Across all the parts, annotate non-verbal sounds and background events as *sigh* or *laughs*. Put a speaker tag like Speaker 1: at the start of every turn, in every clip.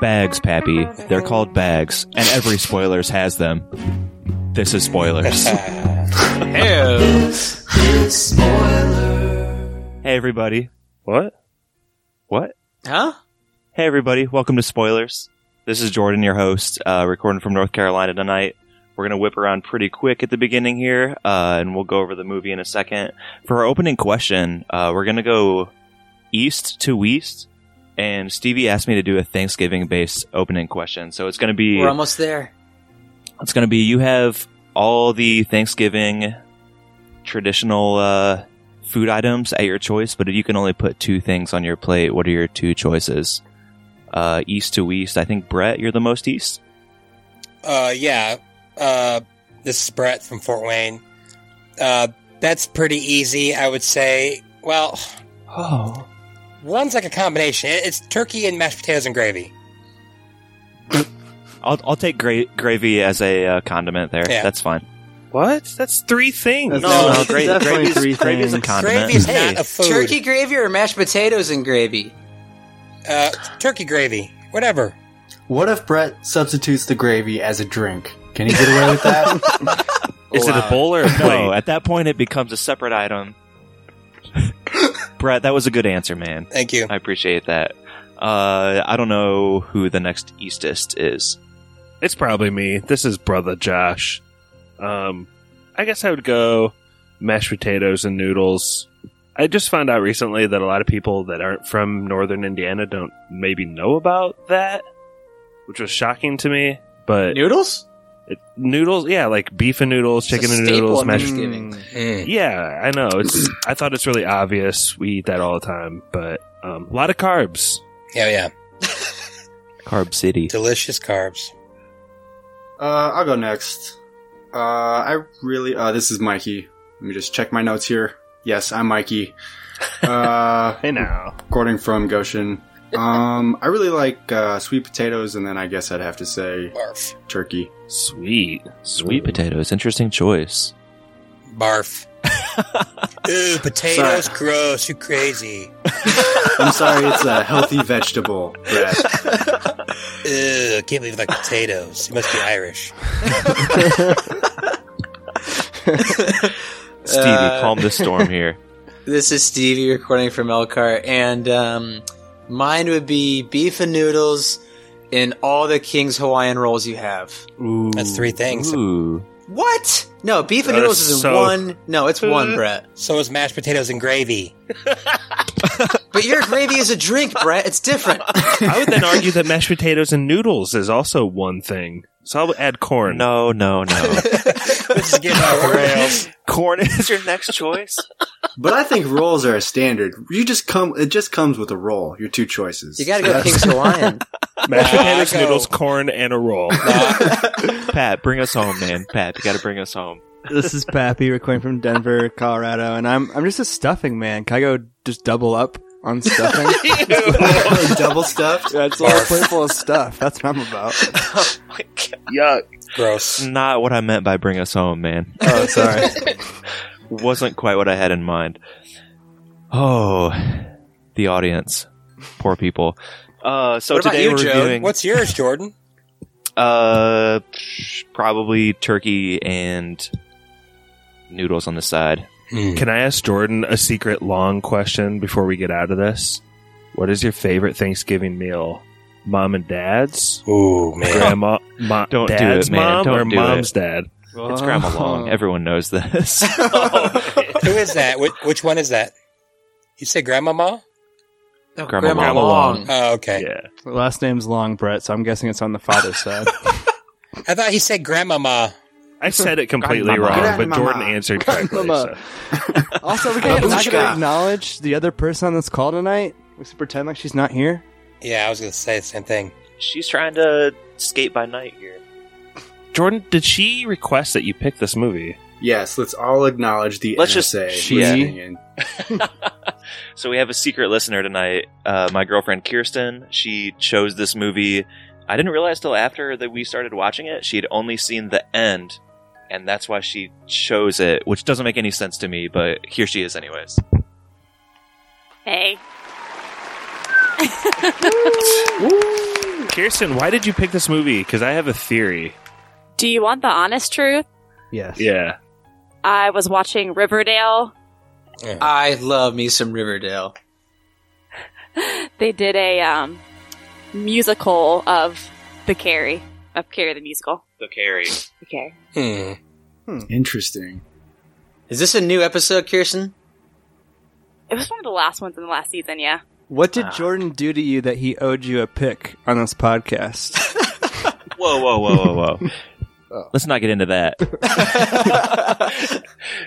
Speaker 1: bags, Pappy. They're called bags, and every spoilers has them. This is spoilers.
Speaker 2: Ew.
Speaker 1: hey, everybody. What? What?
Speaker 2: Huh?
Speaker 1: Hey, everybody. Welcome to Spoilers. This is Jordan, your host, uh, recording from North Carolina tonight. We're going to whip around pretty quick at the beginning here, uh, and we'll go over the movie in a second. For our opening question, uh, we're going to go east to west, and Stevie asked me to do a Thanksgiving based opening question. So it's going to be.
Speaker 2: We're almost there.
Speaker 1: It's going to be you have all the Thanksgiving traditional uh, food items at your choice, but you can only put two things on your plate. What are your two choices? Uh, east to east. I think Brett, you're the most east.
Speaker 3: Uh, yeah. Uh, this is Brett from Fort Wayne. Uh, that's pretty easy, I would say. Well,
Speaker 1: Oh,
Speaker 3: one's like a combination. It- It's turkey and mashed potatoes
Speaker 2: *laughs*
Speaker 3: and gravy.
Speaker 1: I'll I'll take gra- gravy as a uh, condiment there.
Speaker 3: Yeah.
Speaker 1: That's fine.
Speaker 4: What? That's three things.
Speaker 5: That's
Speaker 2: No,
Speaker 5: not-
Speaker 1: gra-
Speaker 5: definitely
Speaker 1: gravy's-
Speaker 5: three
Speaker 1: gravy's a
Speaker 5: things.
Speaker 1: con- Condiment.
Speaker 3: Gravy is
Speaker 2: Hey,
Speaker 3: not a food.
Speaker 2: Turkey gravy or mashed potatoes and gravy?
Speaker 3: Uh, turkey gravy. Whatever.
Speaker 5: What if Brett substitutes the gravy as a drink? Can he get away with that?
Speaker 4: *laughs* Is it a bowl or a
Speaker 1: *laughs* No,
Speaker 4: plate?
Speaker 1: at that point it becomes a separate item.
Speaker 4: *laughs*
Speaker 1: Brett, that was a good answer, man.
Speaker 3: Thank you.
Speaker 1: I appreciate that. Uh, I don't know who the next eastest is.
Speaker 4: it's probably me. This is brother Josh. Um, I guess I would go mashed potatoes and noodles. I just found out recently that a lot of people that aren't from northern Indiana don't maybe know about that, which was shocking to me. But
Speaker 2: Noodles?
Speaker 4: it, noodles, yeah, like beef and noodles, chicken and noodles, mashed.
Speaker 3: Mm.
Speaker 4: Yeah, I know. It's. I thought it's really obvious. We eat that all the time, but um, a lot of carbs.
Speaker 3: Yeah, yeah.
Speaker 1: Carb City.
Speaker 3: Delicious carbs.
Speaker 5: uh, I'll go next. Uh, I really. Uh, this is Mikey. Let me just check my notes here. Yes, I'm
Speaker 4: *laughs*
Speaker 5: Mikey. Uh,
Speaker 4: Hey now.
Speaker 5: recording from Goshen. Um, I really like uh, sweet potatoes, and then I guess I'd have to say
Speaker 3: Barf.
Speaker 5: turkey.
Speaker 4: Sweet.
Speaker 1: Sweet potatoes. Interesting choice.
Speaker 3: Barf.
Speaker 5: Eh.
Speaker 3: Ooh, potatoes. Gross.
Speaker 2: *laughs*
Speaker 3: You crazy.
Speaker 5: I'm sorry, it's a healthy vegetable,
Speaker 3: *laughs*
Speaker 5: Brett.
Speaker 3: Ew, can't believe you like potatoes. You must be Irish.
Speaker 1: Stevie,
Speaker 2: Uh,
Speaker 1: calm
Speaker 2: *laughs*
Speaker 1: the storm here.
Speaker 2: This is Stevie recording from Elkhart, and um, mine would be beef and noodles in all the King's Hawaiian rolls you have.
Speaker 4: Ooh.
Speaker 3: That's three things.
Speaker 1: Ooh.
Speaker 2: What? No, beef and
Speaker 4: That
Speaker 2: noodles
Speaker 4: is
Speaker 2: is in
Speaker 4: so-
Speaker 2: one. No, it's one, Brett.
Speaker 3: So is mashed potatoes and gravy.
Speaker 2: But your gravy is a drink, Brett. It's
Speaker 1: *laughs*
Speaker 2: different.
Speaker 4: I would then argue that mashed potatoes and noodles is also one thing. So I'll add corn.
Speaker 1: No, no, no.
Speaker 3: This is getting off the rails.
Speaker 1: Corn is your
Speaker 6: *laughs*
Speaker 1: next choice?
Speaker 5: But I think rolls are a standard. You just come. It just comes with a roll. Your two choices.
Speaker 2: You gotta go
Speaker 5: *laughs*
Speaker 2: King's Hawaiian.
Speaker 4: Mashed
Speaker 3: Nah,
Speaker 4: potatoes,
Speaker 3: go.
Speaker 4: noodles, corn, and
Speaker 6: *laughs*
Speaker 4: a
Speaker 1: *laughs*
Speaker 4: roll.
Speaker 1: Pat, bring us home, man. Pat, you gotta bring us home.
Speaker 6: this is Pappy recording from Denver, Colorado, and I'm I'm just a stuffing man. Can I go just double up on
Speaker 1: *laughs*
Speaker 6: stuffing?
Speaker 3: *laughs*
Speaker 5: *laughs* double stuffed.
Speaker 6: That's all a plate full of stuff. That's what I'm about.
Speaker 1: Oh
Speaker 4: Yuck.
Speaker 3: Gross.
Speaker 1: Not what I meant by bring us home, man.
Speaker 6: Oh, sorry.
Speaker 1: *laughs* Wasn't quite what I had in mind. Oh, the audience. Poor people. Uh, so
Speaker 2: What about
Speaker 1: today
Speaker 2: you,
Speaker 1: we're
Speaker 2: Joe?
Speaker 1: reviewing
Speaker 3: What's yours,
Speaker 1: *laughs*
Speaker 3: Jordan?
Speaker 1: uh, probably turkey and noodles on the side.
Speaker 3: Hmm.
Speaker 4: Can I ask Jordan a secret long question before we get out of this? What is your favorite Thanksgiving meal? Mom and dad's?
Speaker 3: Ooh, man.
Speaker 4: Grandma, mo-
Speaker 1: *laughs* Don't do it,
Speaker 4: dad's
Speaker 1: man.
Speaker 4: mom
Speaker 1: Don't
Speaker 4: or
Speaker 1: do
Speaker 4: mom's dad?
Speaker 1: It's Grandma *laughs* Long. Everyone knows this. Oh,
Speaker 3: *laughs* Who is that? Which, which one is that? You say Grandmama?
Speaker 2: No,
Speaker 1: Grandma
Speaker 2: Long.
Speaker 3: Oh, okay.
Speaker 4: Yeah.
Speaker 6: The last name's Long, Brett, so I'm guessing it's on the
Speaker 1: *laughs*
Speaker 6: father's side.
Speaker 3: I thought he said Grandmama.
Speaker 4: I said it completely
Speaker 1: Grandmama.
Speaker 4: wrong, but
Speaker 5: Grandmama.
Speaker 4: Jordan answered correctly.
Speaker 6: Grandmama.
Speaker 4: so.
Speaker 1: *laughs*
Speaker 6: Also, we
Speaker 1: Oh,
Speaker 6: can't not
Speaker 5: Babushka.
Speaker 6: gonna acknowledge the other person on this call tonight. We should pretend like she's not here.
Speaker 3: Yeah, I was going to say the same thing.
Speaker 1: She's trying to *laughs* skate by night here.
Speaker 4: Jordan, did she request that you pick this movie?
Speaker 5: Yes, let's all acknowledge the
Speaker 1: Let's just-
Speaker 5: NSA.
Speaker 6: she-
Speaker 5: listening in.
Speaker 1: *laughs* So we have a secret listener tonight. Uh, my girlfriend Kirsten. She chose this movie. I didn't realize till after that we started watching it. She'd only seen the end, and that's why she chose it, which doesn't make any sense to me. But here she is, anyways.
Speaker 7: Hey.
Speaker 4: Kirsten, why did you pick this movie? Because I have a theory.
Speaker 7: *laughs* Do you want the honest truth?
Speaker 6: Yes.
Speaker 4: Yeah.
Speaker 7: I was watching Riverdale.
Speaker 2: I love me some Riverdale.
Speaker 7: They did a um, musical of the Carrie, of Carrie the musical.
Speaker 1: The carry.
Speaker 7: The Carrie.
Speaker 3: Hmm.
Speaker 5: Interesting.
Speaker 2: Is this a new episode, Kirsten?
Speaker 7: It was one of the last ones in the last season. Yeah.
Speaker 6: What
Speaker 1: Ah.
Speaker 6: did Jordan do to you that he owed you a pick on this podcast?
Speaker 1: *laughs* Whoa, whoa, whoa, whoa,
Speaker 5: *laughs*
Speaker 1: whoa.
Speaker 6: *laughs*
Speaker 1: Let's not get into that.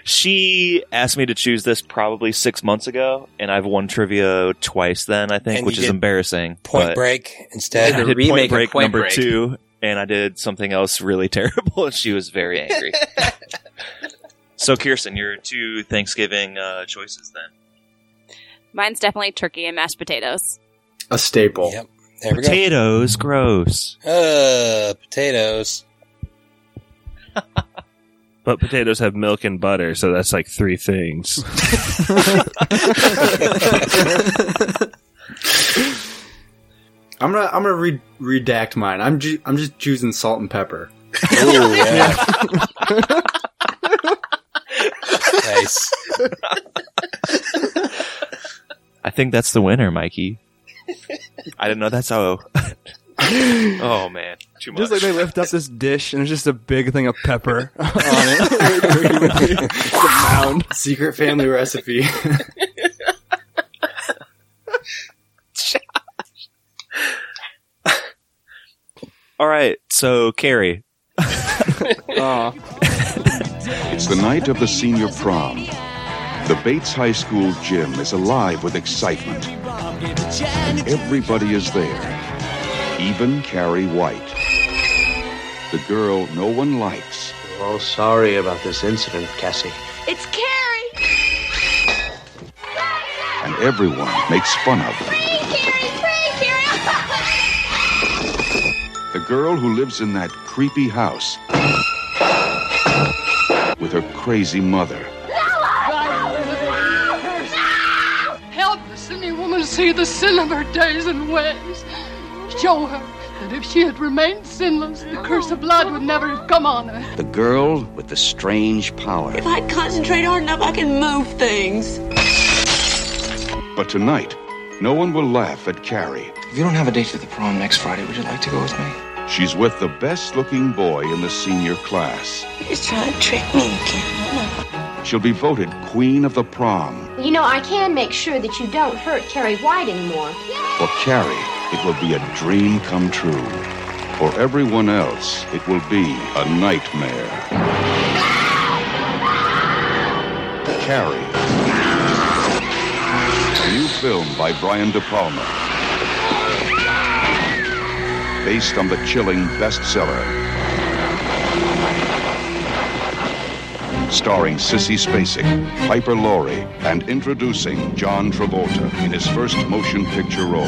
Speaker 1: she asked me to choose this probably six months ago, and I've won trivia twice then, I think,
Speaker 3: And
Speaker 1: which
Speaker 3: you
Speaker 1: is
Speaker 3: did
Speaker 1: embarrassing.
Speaker 3: Point
Speaker 1: but
Speaker 3: Break
Speaker 1: I
Speaker 3: instead.
Speaker 2: The
Speaker 1: did
Speaker 2: remake
Speaker 1: Point
Speaker 2: of
Speaker 1: Break
Speaker 2: Point
Speaker 1: number
Speaker 2: Break.
Speaker 1: two, and I did something else really *laughs* terrible, and she was very
Speaker 3: *laughs*
Speaker 1: angry. so, Kirsten, your two Thanksgiving uh, choices then.
Speaker 7: Mine's definitely turkey and mashed potatoes.
Speaker 5: A staple.
Speaker 3: Yep. There we go.
Speaker 1: Potatoes, gross.
Speaker 3: Uh, potatoes.
Speaker 4: But potatoes have milk and butter, so that's like three things.
Speaker 5: *laughs* I'm gonna I'm gonna re- redact mine. I'm ju- I'm just choosing salt and pepper.
Speaker 3: Ooh,
Speaker 5: *laughs*
Speaker 3: yeah. *laughs* nice.
Speaker 1: *laughs* I think that's the winner, Mikey. I didn't know
Speaker 3: *laughs*
Speaker 1: that's how. *laughs* oh man, too much.
Speaker 6: just like they lift up this dish and there's just a big thing of
Speaker 3: *laughs*
Speaker 6: pepper *laughs* on it. It's a *laughs* mound.
Speaker 5: Secret family recipe.
Speaker 1: All right, so Carrie,
Speaker 6: Aw.
Speaker 8: It's the night of the senior prom. The Bates High School gym is alive with excitement. Everybody is there, even Carrie White. The girl no one likes.
Speaker 9: We're all sorry about this incident, Cassie.
Speaker 10: It's Carrie.
Speaker 8: and everyone makes fun of her.
Speaker 10: Free Carrie, free Carrie.
Speaker 8: The girl who lives in that creepy house with her crazy mother.
Speaker 10: Help this any woman see the sin of her days and ways. Show her that if she had remained sinless, the curse of blood would never have come on her.
Speaker 9: The girl with the strange power.
Speaker 11: If I concentrate hard enough, I can move things.
Speaker 8: But tonight, no one will laugh at Carrie.
Speaker 9: If you don't have a date to the prom next Friday, would you like to go with me?
Speaker 8: She's with the best looking boy in the senior class.
Speaker 11: He's trying to trick me again.
Speaker 8: She'll be voted queen of the prom.
Speaker 10: You know, I can make sure that you don't hurt Carrie White anymore.
Speaker 8: For Carrie, it will be a dream come true. For everyone else, it will be a nightmare. Carrie. A new film by Brian De Palma. Based on the chilling bestseller. Starring Sissy Spacek, Piper Laurie, and introducing John Travolta in his first motion picture role.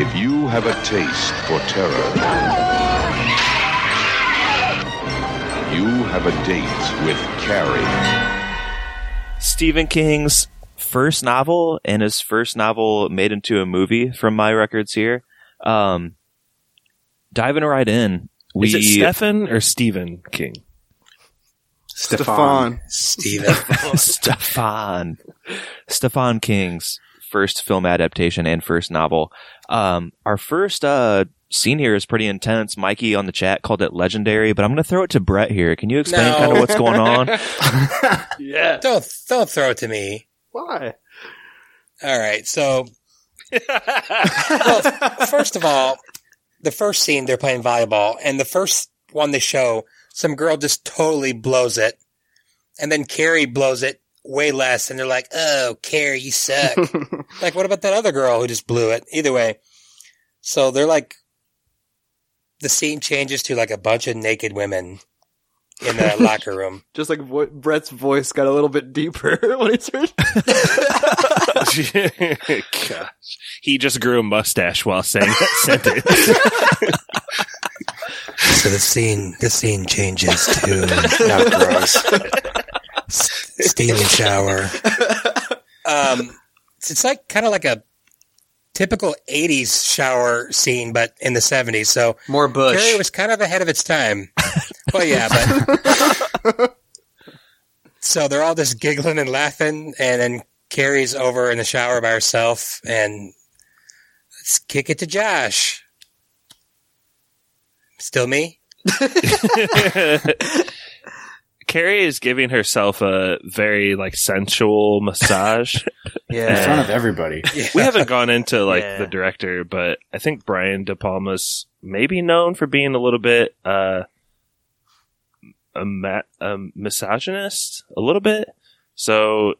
Speaker 8: If you have a taste for terror, You have a date with Carrie.
Speaker 1: Stephen King's first novel and his first novel made into a movie from my records here. Um, diving right in. We
Speaker 4: Is it Stefan *laughs* or Stephen King?
Speaker 5: Stefan.
Speaker 3: Steven.
Speaker 1: *laughs* Stefan. Stefan King's first film adaptation and first novel. Um, our first uh, scene here is pretty intense. Mikey on the chat called it legendary, but I'm going to throw it to Brett here. Can you explain
Speaker 3: No.
Speaker 1: kind of what's going on?
Speaker 3: *laughs*
Speaker 4: Yeah.
Speaker 3: don't don't throw it to me.
Speaker 5: Why?
Speaker 3: All right. So, well, first of all, the first scene they're playing volleyball, and the first one they show, some girl just totally blows it, and then Carrie blows it way less, and they're like, "Oh, Carrie,
Speaker 6: *laughs*
Speaker 3: you suck." like, what about that other girl who just blew it? Either way, so they're like, the scene changes to like a bunch of naked women
Speaker 6: *laughs*
Speaker 3: in the locker room.
Speaker 6: Just like vo- Brett's voice got a little bit deeper when he turned.
Speaker 4: Gosh. He just grew a mustache while saying that sentence. *laughs*
Speaker 3: So the scene, the scene changes
Speaker 4: *laughs*
Speaker 6: *laughs*
Speaker 3: to not gross, steamy shower. Um, it's, it's like kind of like a typical '80s shower scene, but in the '70s. So
Speaker 2: more bush.
Speaker 3: Carrie was kind of ahead of its time. well, yeah, but
Speaker 2: *laughs*
Speaker 3: so they're all just giggling and laughing, and then Carrie's over in the shower by herself, and let's kick it to Josh.
Speaker 2: *laughs*
Speaker 3: Still me?
Speaker 4: Carrie is giving herself a very like sensual massage.
Speaker 5: *laughs* Yeah. In front of everybody.
Speaker 4: We haven't gone into like
Speaker 5: Yeah.
Speaker 4: the director, but I think Brian De Palma's maybe known for being a little bit uh a, ma- a misogynist, a little bit. So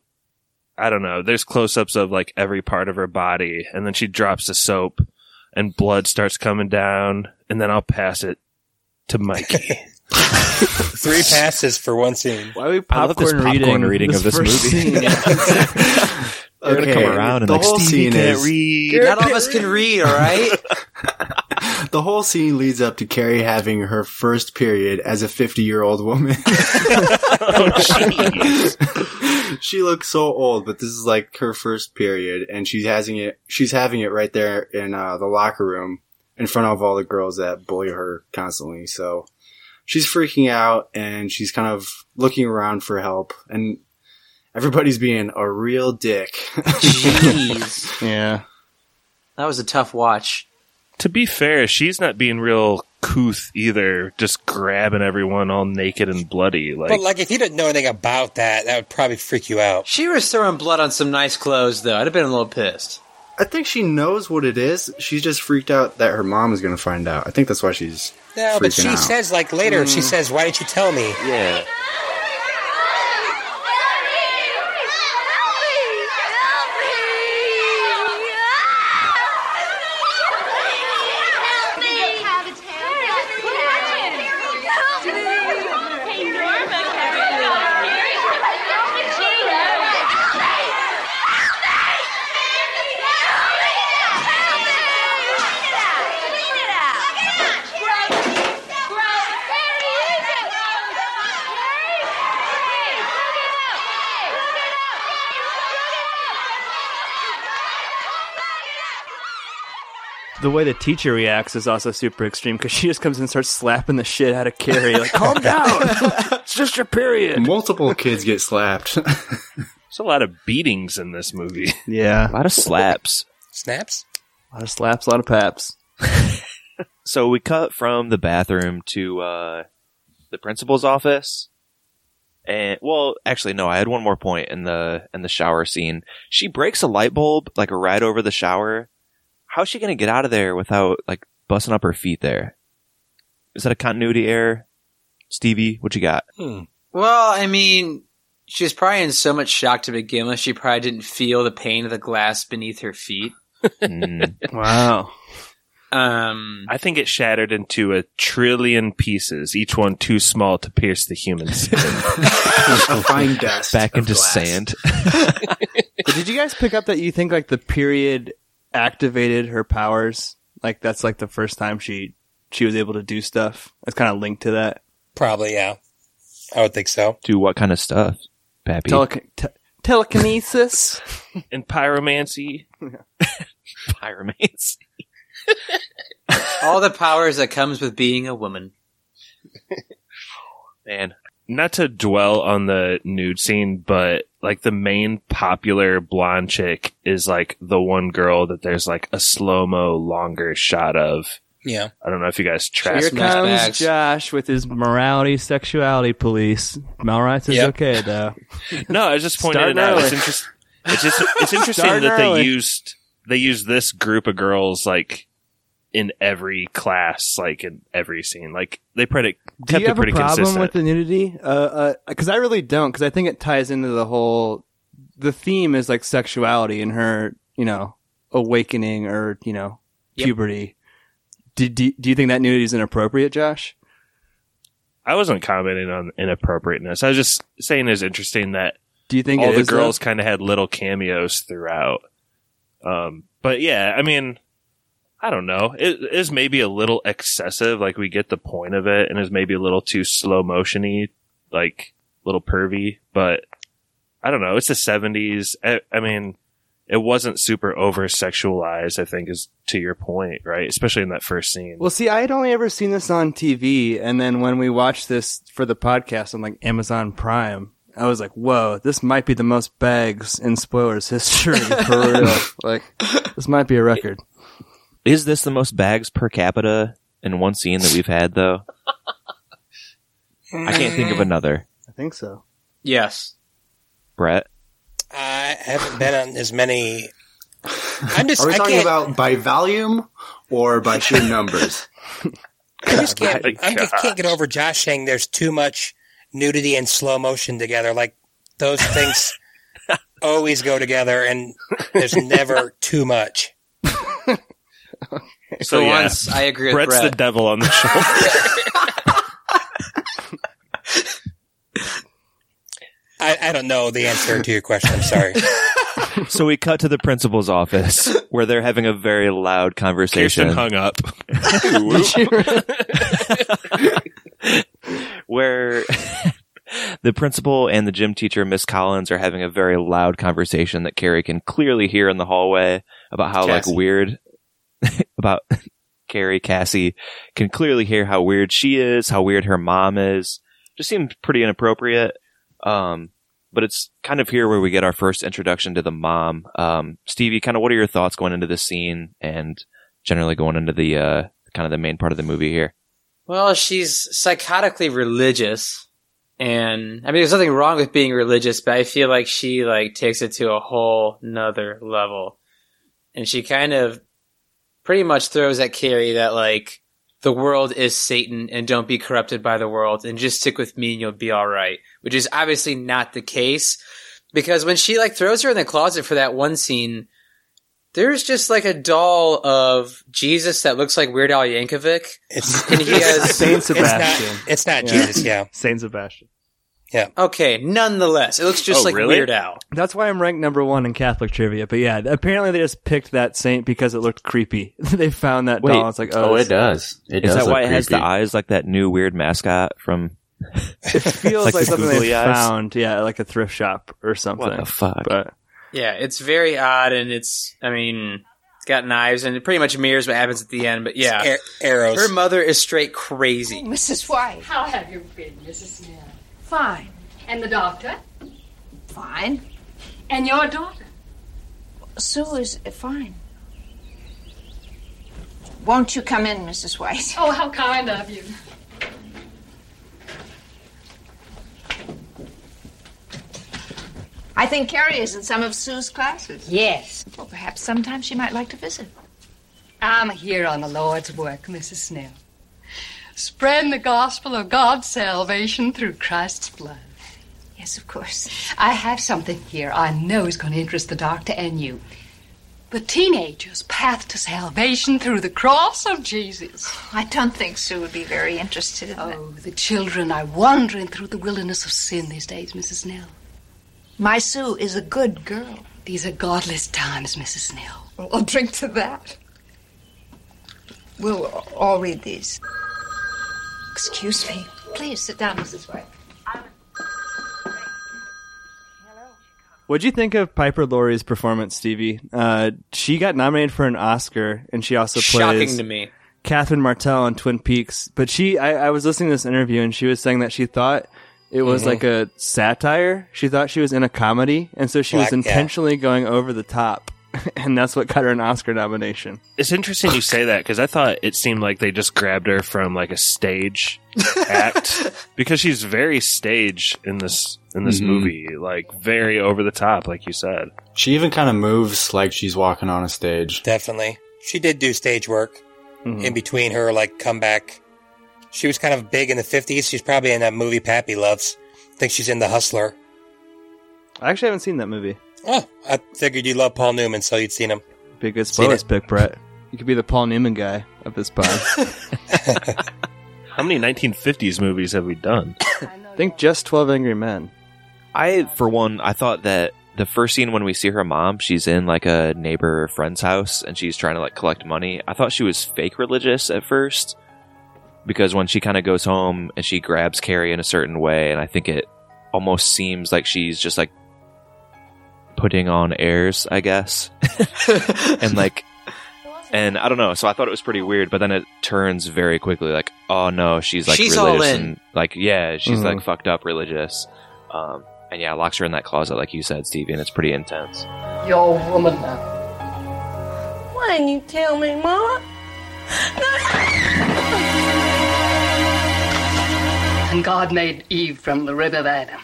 Speaker 4: I don't know. There's close-ups of like every part of her body, and then she drops the soap, and blood starts coming down, and then I'll pass it to Mikey.
Speaker 2: *laughs*
Speaker 3: Three passes for one scene.
Speaker 6: Why we
Speaker 1: I love this popcorn reading, of this *laughs* movie. They're gonna come around and
Speaker 5: the
Speaker 1: like
Speaker 5: whole
Speaker 1: Stevie
Speaker 5: scene
Speaker 1: can't
Speaker 5: is-
Speaker 1: read.
Speaker 2: Not all of us can read, all right?
Speaker 5: The whole scene leads up to Carrie having her first period as a 50 year old woman.
Speaker 2: Oh,
Speaker 5: she looks so old, but this is like her first period, and she's having it. She's having it right there in uh, the locker room in front of all the girls that bully her constantly. So she's freaking out, and she's kind of looking around for help, and everybody's being a real dick.
Speaker 2: Jeez.
Speaker 5: *laughs* yeah.
Speaker 2: That was a tough watch.
Speaker 4: To be fair, she's not being real couth either, just grabbing everyone all naked and bloody. Like,
Speaker 3: but like, if you didn't know anything about that, that would probably freak you out.
Speaker 2: She was throwing blood on some nice clothes, though. I'd have been a little pissed.
Speaker 5: I think she knows what it is. She's just freaked out that her mom is going to find out. I think that's why she's
Speaker 3: No, but
Speaker 5: freaking
Speaker 3: she
Speaker 5: out.
Speaker 3: says like later, she
Speaker 5: Mm.
Speaker 3: says, "Why didn't you tell me?"
Speaker 1: Yeah.
Speaker 6: The way the teacher reacts is also super extreme because she just comes and starts slapping the shit out of Carrie. Like, *laughs*
Speaker 3: *laughs*
Speaker 6: calm down. it's just your period.
Speaker 5: Multiple kids
Speaker 3: *laughs*
Speaker 5: get slapped.
Speaker 4: there's a lot of beatings in this movie. *laughs*
Speaker 6: Yeah.
Speaker 1: A lot of slaps.
Speaker 3: Snaps.
Speaker 6: A lot of slaps, a lot of paps.
Speaker 1: *laughs* So we cut from the bathroom to uh, the principal's office, and well, actually, no, I had one more point in the in the shower scene. She breaks a light bulb like right over the shower. How's she gonna get out of there without like busting up her feet? There is that a continuity error, Stevie? What you got?
Speaker 2: Well, I mean, she was probably in so much shock to begin with, she probably didn't feel the pain of the glass beneath her feet.
Speaker 4: Hmm.
Speaker 6: Wow.
Speaker 2: Um,
Speaker 4: I think it shattered into a trillion pieces, each one too small to pierce the human skin.
Speaker 5: Fine dust.
Speaker 1: Back into sand.
Speaker 6: But did you guys pick up that you think like the period activated her powers? Like that's like the first time she she was able to do stuff. That's kind of linked to that.
Speaker 3: Probably, yeah. I would think so.
Speaker 1: Do what kind of stuff, Pappy?
Speaker 6: Telec- te- *laughs* telekinesis.
Speaker 4: and pyromancy. pyromancy.
Speaker 2: all the powers that comes with being a woman.
Speaker 1: Man.
Speaker 4: Not to dwell on the nude scene, but like the main popular blonde chick is like the one girl that there's like a slow mo longer shot of.
Speaker 3: Yeah.
Speaker 4: I don't know if you guys track.
Speaker 6: Here
Speaker 2: Smash
Speaker 6: comes
Speaker 2: bags.
Speaker 6: Josh with his morality, sexuality police. Malrights is
Speaker 3: Yep.
Speaker 6: okay though.
Speaker 4: No, I was just pointing
Speaker 6: Starting
Speaker 4: it out. It's
Speaker 6: early.
Speaker 4: interesting. It's just
Speaker 6: *laughs*
Speaker 1: *laughs*
Speaker 4: it's interesting
Speaker 6: Starting
Speaker 4: that
Speaker 6: early.
Speaker 4: they used they used this group of girls like in every class, like in every scene. Like they pretty kept
Speaker 6: Do you
Speaker 4: it
Speaker 6: have a
Speaker 4: pretty
Speaker 6: problem
Speaker 4: consistent.
Speaker 6: with the nudity? Because uh, 'cause I really don't. Because I think it ties into the whole. The theme is like sexuality and her, you know, awakening or you know,
Speaker 2: Yep.
Speaker 6: puberty. Do, do do you think that nudity is inappropriate, Josh?
Speaker 4: I wasn't commenting on inappropriateness. I was just saying it's interesting that
Speaker 6: Do you think
Speaker 4: all
Speaker 6: it
Speaker 4: the
Speaker 6: is, though?
Speaker 4: girls kind of had little cameos throughout. Um, but yeah, I mean, I don't know. It it is maybe a little excessive. Like we get the point of it, and is maybe a little too slow motiony, like little pervy. But I don't know. It's the seventies. I, I mean, it wasn't super over sexualized. I think is to your point, right? Especially in that first scene.
Speaker 6: Well, see, I had only ever seen this on TV, and then when we watched this for the podcast on like Amazon Prime, I was like, "Whoa, this might be the most bags in spoilers
Speaker 1: *laughs*
Speaker 6: history for real." like, this might be a record.
Speaker 1: Is this the most bags per capita in one scene that we've had though? I can't think of another.
Speaker 6: I think so.
Speaker 2: Yes.
Speaker 1: Brett,
Speaker 3: I haven't been on as
Speaker 1: *laughs*
Speaker 3: many. I'm just.
Speaker 5: Are we
Speaker 3: I
Speaker 5: talking
Speaker 3: can't-
Speaker 5: about by volume or by sheer numbers?
Speaker 3: *laughs* I just can't.
Speaker 5: My
Speaker 3: I just can't get over Josh saying there's too much nudity and slow motion together. Like those
Speaker 4: *laughs*
Speaker 3: things always go together, and there's
Speaker 4: *laughs*
Speaker 3: never too much.
Speaker 4: So
Speaker 2: For
Speaker 4: yeah,
Speaker 2: once, I agree with
Speaker 4: Brett's
Speaker 2: Brett.
Speaker 4: the devil on the shoulder.
Speaker 3: *laughs* I, I don't know the answer to your question. I'm
Speaker 4: *laughs*
Speaker 3: sorry.
Speaker 1: so we cut to the principal's *laughs* office where they're having a very loud conversation.
Speaker 4: Kirsten hung up.
Speaker 6: *laughs*
Speaker 1: where the principal and the gym teacher, Miss Collins, are having a very loud conversation that Carrie can clearly hear in the hallway about how
Speaker 5: Cassie.
Speaker 1: like weird *laughs* about Carrie Cassie can clearly hear how weird she is, how weird her mom is. Just seems pretty inappropriate. Um, but it's kind of here where we get our first introduction to the mom. Um, Stevie, kind of what are your thoughts going into this scene and generally going into the uh, kind of the main part of the movie here?
Speaker 2: Well, she's psychotically religious, and I mean, there's nothing wrong with being religious, but I feel like she like takes it to a whole nother level, and she kind of pretty much throws at Carrie that like the world is Satan, and don't be corrupted by the world, and just stick with me, and you'll be all right. Which is obviously not the case, because when she like throws her in the closet for that one scene. There's just like a doll of Jesus that looks like Weird Al Yankovic,
Speaker 3: It's
Speaker 2: and he has
Speaker 6: Saint
Speaker 3: it's not.
Speaker 6: Sebastian.
Speaker 3: It's not
Speaker 6: Yeah.
Speaker 3: Jesus. Yeah.
Speaker 6: Saint Sebastian.
Speaker 2: Okay, nonetheless, it looks just
Speaker 4: Oh,
Speaker 2: like
Speaker 4: really?
Speaker 2: Weird Al.
Speaker 6: That's why I'm ranked number one in Catholic trivia. But yeah, apparently they just picked that saint because it looked creepy. *laughs* they found that
Speaker 1: Wait.
Speaker 6: doll. It's like, oh,
Speaker 5: Oh, it
Speaker 6: it's-
Speaker 5: does. It
Speaker 1: Is
Speaker 5: does
Speaker 1: that
Speaker 5: look
Speaker 1: why it has the
Speaker 5: creepy.
Speaker 1: eyes like that new weird mascot from?
Speaker 6: it feels
Speaker 1: *laughs* It's
Speaker 6: like,
Speaker 1: like the
Speaker 6: something
Speaker 1: googly
Speaker 6: they
Speaker 1: eyes.
Speaker 6: found. Yeah, at, like a thrift shop or something.
Speaker 1: What the fuck?
Speaker 6: But
Speaker 2: Yeah, it's very odd, and it's, I mean, it's got knives, and it pretty much mirrors what happens at the end, but yeah.
Speaker 3: Ar- arrows.
Speaker 2: Her mother is straight crazy.
Speaker 11: Mrs. White.
Speaker 10: How have you been, Mrs. Smith?
Speaker 11: Fine.
Speaker 10: And the doctor?
Speaker 11: Fine.
Speaker 10: And your daughter?
Speaker 11: Sue is fine. Won't you come in, Mrs. White?
Speaker 10: Oh, how kind of you.
Speaker 11: I think Carrie is in some of Sue's classes.
Speaker 10: Yes.
Speaker 11: Well, perhaps sometime she might like to visit.
Speaker 10: I'm here on the Lord's work, Mrs. Snell. Spreading the gospel of God's salvation through Christ's blood.
Speaker 11: Yes, of course.
Speaker 10: I have something here I know is going to interest the doctor and you. The teenager's path to salvation through the cross of Jesus.
Speaker 11: I don't think Sue would be very interested in it.
Speaker 10: Oh, the children are wandering through the wilderness of sin these days, Mrs. Snell.
Speaker 11: My Sue is a good girl.
Speaker 10: These are godless times, Mrs. Snell.
Speaker 11: I'll drink to that. We'll all read these. Excuse me. Please sit down, Mrs. White.
Speaker 6: what'd you think of Piper Laurie's performance, Stevie? Uh, she got nominated for an Oscar, and she also plays
Speaker 2: Shocking to me.
Speaker 6: Catherine Martell on Twin Peaks. But she, I, I was listening to this interview, and she was saying that she thought it was like a satire. She thought she was in a comedy, and so she was
Speaker 3: Black- yeah.
Speaker 6: intentionally going over the top, *laughs* and that's what got her an Oscar nomination.
Speaker 4: It's interesting you say that because I thought it seemed like they just grabbed her from like a stage act because she's very stage in this in this
Speaker 5: Mhm.
Speaker 4: movie, like very over the top, like you said.
Speaker 5: She even kind of moves like she's walking on a stage.
Speaker 3: Definitely. She did do stage work
Speaker 6: Mm-hmm.
Speaker 3: in between her like comeback. She was kind of big in the 50s. She's probably in that movie Pappy Loves. I think she's in The Hustler.
Speaker 6: I actually haven't seen that movie.
Speaker 3: Oh, I figured you love Paul Newman, so you'd seen him.
Speaker 6: Be a good
Speaker 3: Seen
Speaker 6: spoilers
Speaker 3: it.
Speaker 6: pick, Brett. You could be the Paul Newman guy of this pod. *laughs* I
Speaker 4: How many 1950s movies have we done?
Speaker 6: think just Twelve Angry Men.
Speaker 1: I, for one, I thought that the first scene when we see her mom, she's in like a neighbor or friend's house and she's trying to like collect money. I thought she was fake religious at first because when she kind of goes home and she grabs Carrie in a certain way, and I think it almost seems like she's just like putting on airs, I guess. *laughs* and like and I don't know, so I thought it was pretty weird, but then it turns very quickly like, oh no, she's like
Speaker 2: She's all
Speaker 1: religious
Speaker 2: in.
Speaker 1: and like yeah, she's
Speaker 2: Mhm.
Speaker 1: like fucked up religious. Um and yeah, locks her in that closet like you said, Stevie, and it's pretty intense.
Speaker 10: You're a woman now.
Speaker 11: Why didn't you tell me, Ma?
Speaker 10: And God made Eve from the rib of Adam.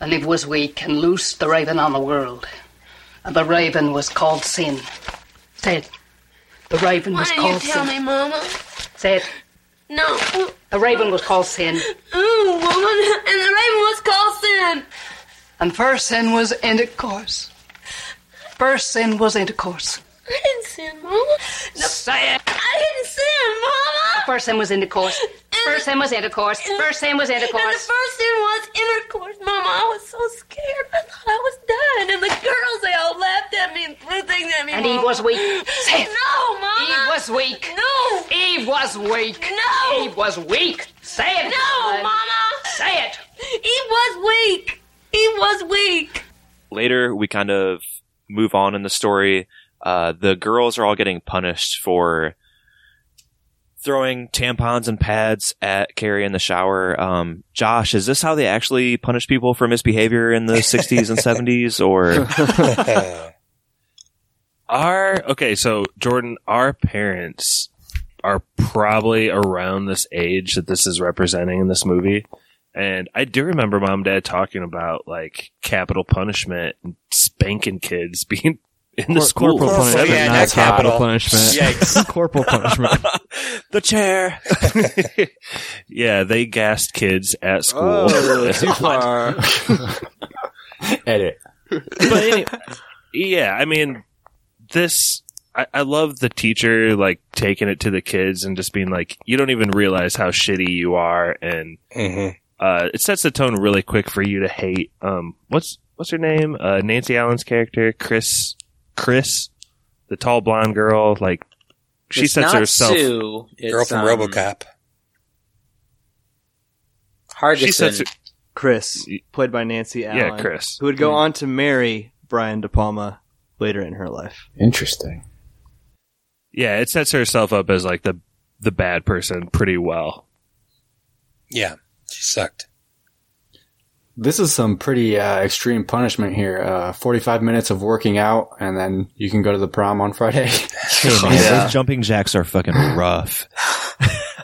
Speaker 10: And Eve was weak and loosed the raven on the world. And the raven was called sin. Say it. The raven
Speaker 11: Why
Speaker 10: was
Speaker 11: didn't you
Speaker 10: called
Speaker 11: tell
Speaker 10: sin.
Speaker 11: me, Mama?
Speaker 10: Say it.
Speaker 11: No.
Speaker 10: The raven was called sin.
Speaker 11: Ooh, woman. And the raven was called sin.
Speaker 10: And first sin was intercourse. First sin was intercourse.
Speaker 11: I didn't sin, Mama.
Speaker 10: Say it.
Speaker 11: I didn't sin, Mama.
Speaker 10: First sin was intercourse. First sin was intercourse. First sin was
Speaker 11: And the
Speaker 10: intercourse.
Speaker 11: first sin was intercourse, Mama. I was so scared. I thought I was done. And the girls, they all laughed at me and threw things at me.
Speaker 10: And Eve
Speaker 11: Mama.
Speaker 10: was weak. Say it.
Speaker 11: No, Mama.
Speaker 10: Eve was weak.
Speaker 11: No.
Speaker 10: Eve was weak.
Speaker 11: No.
Speaker 10: Eve was weak. Say it.
Speaker 11: No,
Speaker 10: Helen.
Speaker 11: Mama.
Speaker 10: Say it.
Speaker 11: Eve was weak. Eve was weak.
Speaker 1: later we kind of move on in the story. Uh, the girls are all getting punished for throwing tampons and pads at Carrie in the shower. Um, Josh, is this how they actually punish people for misbehavior in the 60s and 70s? Or *laughs*
Speaker 4: Our okay, so Jordan, our parents are probably around this age that this is representing in this movie. And I do remember mom and dad talking about like capital punishment and spanking kids *laughs* being in the
Speaker 6: Cor-
Speaker 4: school.
Speaker 6: corporal
Speaker 4: Seven
Speaker 6: punishment,
Speaker 4: years
Speaker 6: not
Speaker 4: old.
Speaker 6: capital punishment. *laughs* corporal
Speaker 4: *laughs*
Speaker 6: punishment.
Speaker 1: the *laughs* chair.
Speaker 4: yeah, they gassed kids at school. *laughs*
Speaker 6: Oh, too far.
Speaker 5: Edit.
Speaker 4: but any- yeah, I mean, this. I, I love the teacher like taking it to the kids and just being like, "You don't even realize how shitty you are," and
Speaker 2: Mm-hmm.
Speaker 4: uh, it sets the tone really quick for you to hate. Um, what's what's her name? Uh, Nancy Allen's character, Chris. Chris, the tall blonde girl, like she
Speaker 2: It's
Speaker 4: sets
Speaker 2: not
Speaker 4: herself.
Speaker 2: Sue. It's,
Speaker 3: Girl from
Speaker 2: um,
Speaker 3: RoboCop.
Speaker 4: She
Speaker 2: Hargison.
Speaker 4: sets her-
Speaker 6: Chris, played by Nancy Allen.
Speaker 4: Yeah, Chris. Mm.
Speaker 6: Who would go on to marry Brian De Palma later in her life.
Speaker 5: Interesting.
Speaker 4: yeah, it sets herself up as like the the bad person pretty well.
Speaker 3: Yeah, she sucked.
Speaker 5: This is some pretty uh, extreme punishment here. Uh, 45 minutes of working out, and then you can go to the prom on Friday. *laughs*
Speaker 1: Those jumping jacks are fucking rough.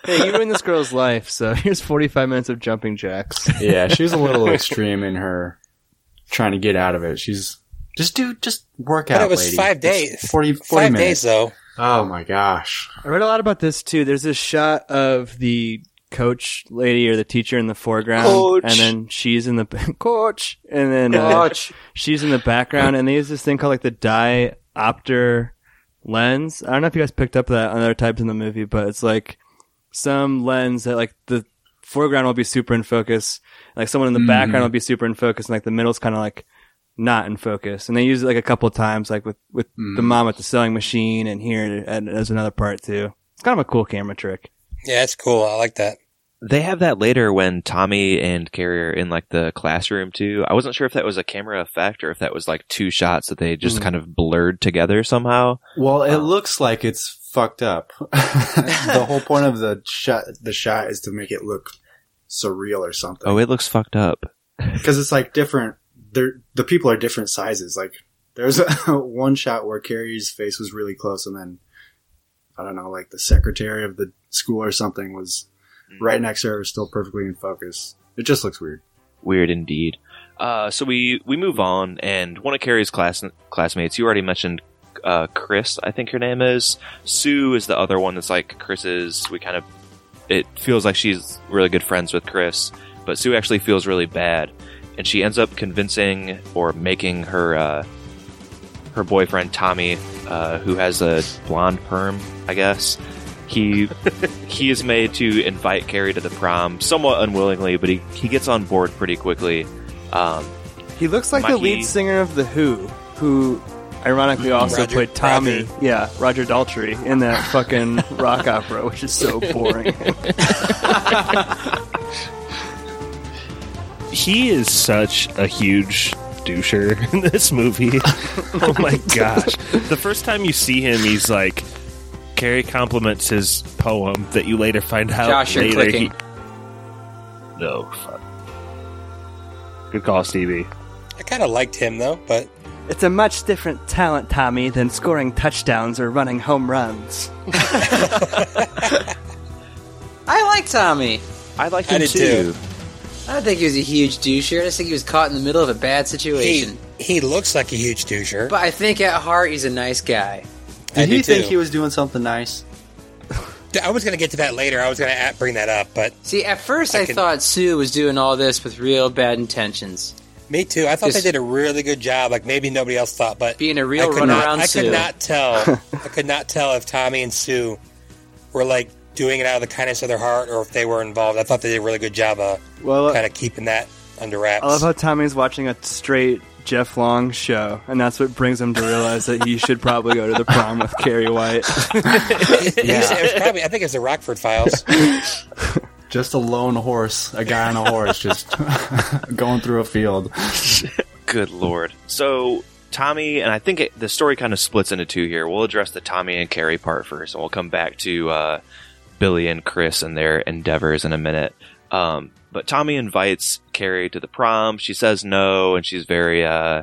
Speaker 6: Hey, you ruined this girl's life, so *laughs* here's 45 minutes of jumping jacks.
Speaker 5: *laughs* yeah, she was
Speaker 6: *laughs*
Speaker 5: a little extreme in her trying to get out of it. She's just do just work out.
Speaker 3: But it was
Speaker 5: lady.
Speaker 3: five days.
Speaker 5: It's 40, 40
Speaker 3: five
Speaker 5: minutes.
Speaker 3: days though.
Speaker 5: Oh my gosh.
Speaker 6: I read a lot about this too. There's this shot of the coach lady or the teacher in the foreground,
Speaker 2: Coach.
Speaker 6: and then she's in the *laughs* coach, and then uh,
Speaker 2: Coach.
Speaker 6: she's in the background, and they use this thing called like the diopter lens. I don't know if you guys picked up that on other types in the movie, but it's like some lens that like the foreground will be super in focus, like someone in the background
Speaker 3: Mm.
Speaker 6: will be super in focus, and like the middle's kind of like not in focus. And they use it like a couple times, like with with
Speaker 3: Mm.
Speaker 6: the mom at the sewing machine, and here and there's another part too. It's kind of a cool camera trick.
Speaker 3: Yeah, it's cool. I like that.
Speaker 1: They have that later when Tommy and Carrie are in like the classroom too. I wasn't sure if that was a camera effect or if that was like two shots that they just
Speaker 6: Mhm.
Speaker 1: kind of blurred together somehow.
Speaker 5: Hmm.
Speaker 1: Um,
Speaker 5: Well, it looks like it's fucked up. the whole point of the shot, the shot is to make it look surreal or something.
Speaker 1: Oh, it looks fucked up.
Speaker 5: because it's like different. They're, the people are different sizes. Like there's *laughs* one shot where Carrie's face was really close, and then I don't know, like the secretary of the school or something was
Speaker 3: Hmm.
Speaker 5: right next to her, still perfectly in focus. It just looks weird.
Speaker 1: Weird indeed. Uh, so we we move on, and one of Carrie's class classmates. You already mentioned uh, Chris, I think her name is. Sue is the other one that's like Chris's. We kind of it feels like she's really good friends with Chris, but Sue actually feels really bad, and she ends up convincing or making her uh, her boyfriend Tommy, uh, who has a blonde perm, I guess. He he is made to invite Carrie to the prom, somewhat unwillingly, but he, he gets on board pretty quickly. Um,
Speaker 6: He looks like the
Speaker 1: Mikey.
Speaker 6: lead singer of the Who, who ironically also
Speaker 3: Roger-
Speaker 6: played Tommy.
Speaker 3: Roger.
Speaker 6: Yeah, Roger Daltrey in
Speaker 3: *laughs*
Speaker 6: that fucking rock opera, which is so boring.
Speaker 4: he is such a huge doucher *laughs* in
Speaker 1: *laughs*
Speaker 4: this movie. oh my gosh. The first time you see him, he's like, Carrie compliments his poem that you later find out.
Speaker 2: Josh, you're
Speaker 4: later
Speaker 2: clicking.
Speaker 4: He, no. fuck. Good call, Stevie.
Speaker 3: I kind of liked *laughs* him though, but
Speaker 6: It's a much different talent, Tommy, than scoring touchdowns or running home runs.
Speaker 2: I like Tommy.
Speaker 1: I like
Speaker 3: I him did too.
Speaker 2: I don't think he was a huge doucher. I just think he was caught in the middle of a bad
Speaker 3: he
Speaker 2: situation.
Speaker 3: he looks like a huge doucher.
Speaker 2: But I think at heart he's a nice guy.
Speaker 5: Did
Speaker 3: I do
Speaker 5: he think
Speaker 3: too.
Speaker 5: he was doing something nice?
Speaker 3: I was gonna get to that later. I was gonna at- bring that up, but
Speaker 2: See, at first
Speaker 3: I
Speaker 2: I,
Speaker 3: can-
Speaker 2: thought Sue was doing all this with real bad intentions,
Speaker 3: me too. I thought
Speaker 2: Just-
Speaker 3: they did a really good job. Like maybe nobody else thought, but
Speaker 2: being a
Speaker 3: I
Speaker 2: real
Speaker 3: could not.
Speaker 2: runaround
Speaker 3: I
Speaker 2: Sue.
Speaker 3: could
Speaker 2: *laughs*
Speaker 3: not tell. I could not tell if Tommy and Sue were like doing it out of the kindness of their heart, or if they were involved. I thought they did a really good job of
Speaker 6: Well, uh,
Speaker 3: kind of keeping that under
Speaker 6: I love
Speaker 3: *laughs* wraps.
Speaker 6: how Tommy's watching a straight Jeff Long show, and that's what brings him to realize that he should probably go to the prom with Carrie White. *laughs*
Speaker 3: It was probably, I think it's the Rockford Files.
Speaker 5: *laughs* Just a lone horse, a guy on a horse, just *laughs* going through a field.
Speaker 1: Good lord. So Tommy and I think it, the story kind of splits into two here. We'll address the Tommy and Carrie part first, and we'll come back to uh, Billy and Chris and their endeavors in a minute. Um, but Tommy invites Carrie to the prom. She says no, and she's very. Uh,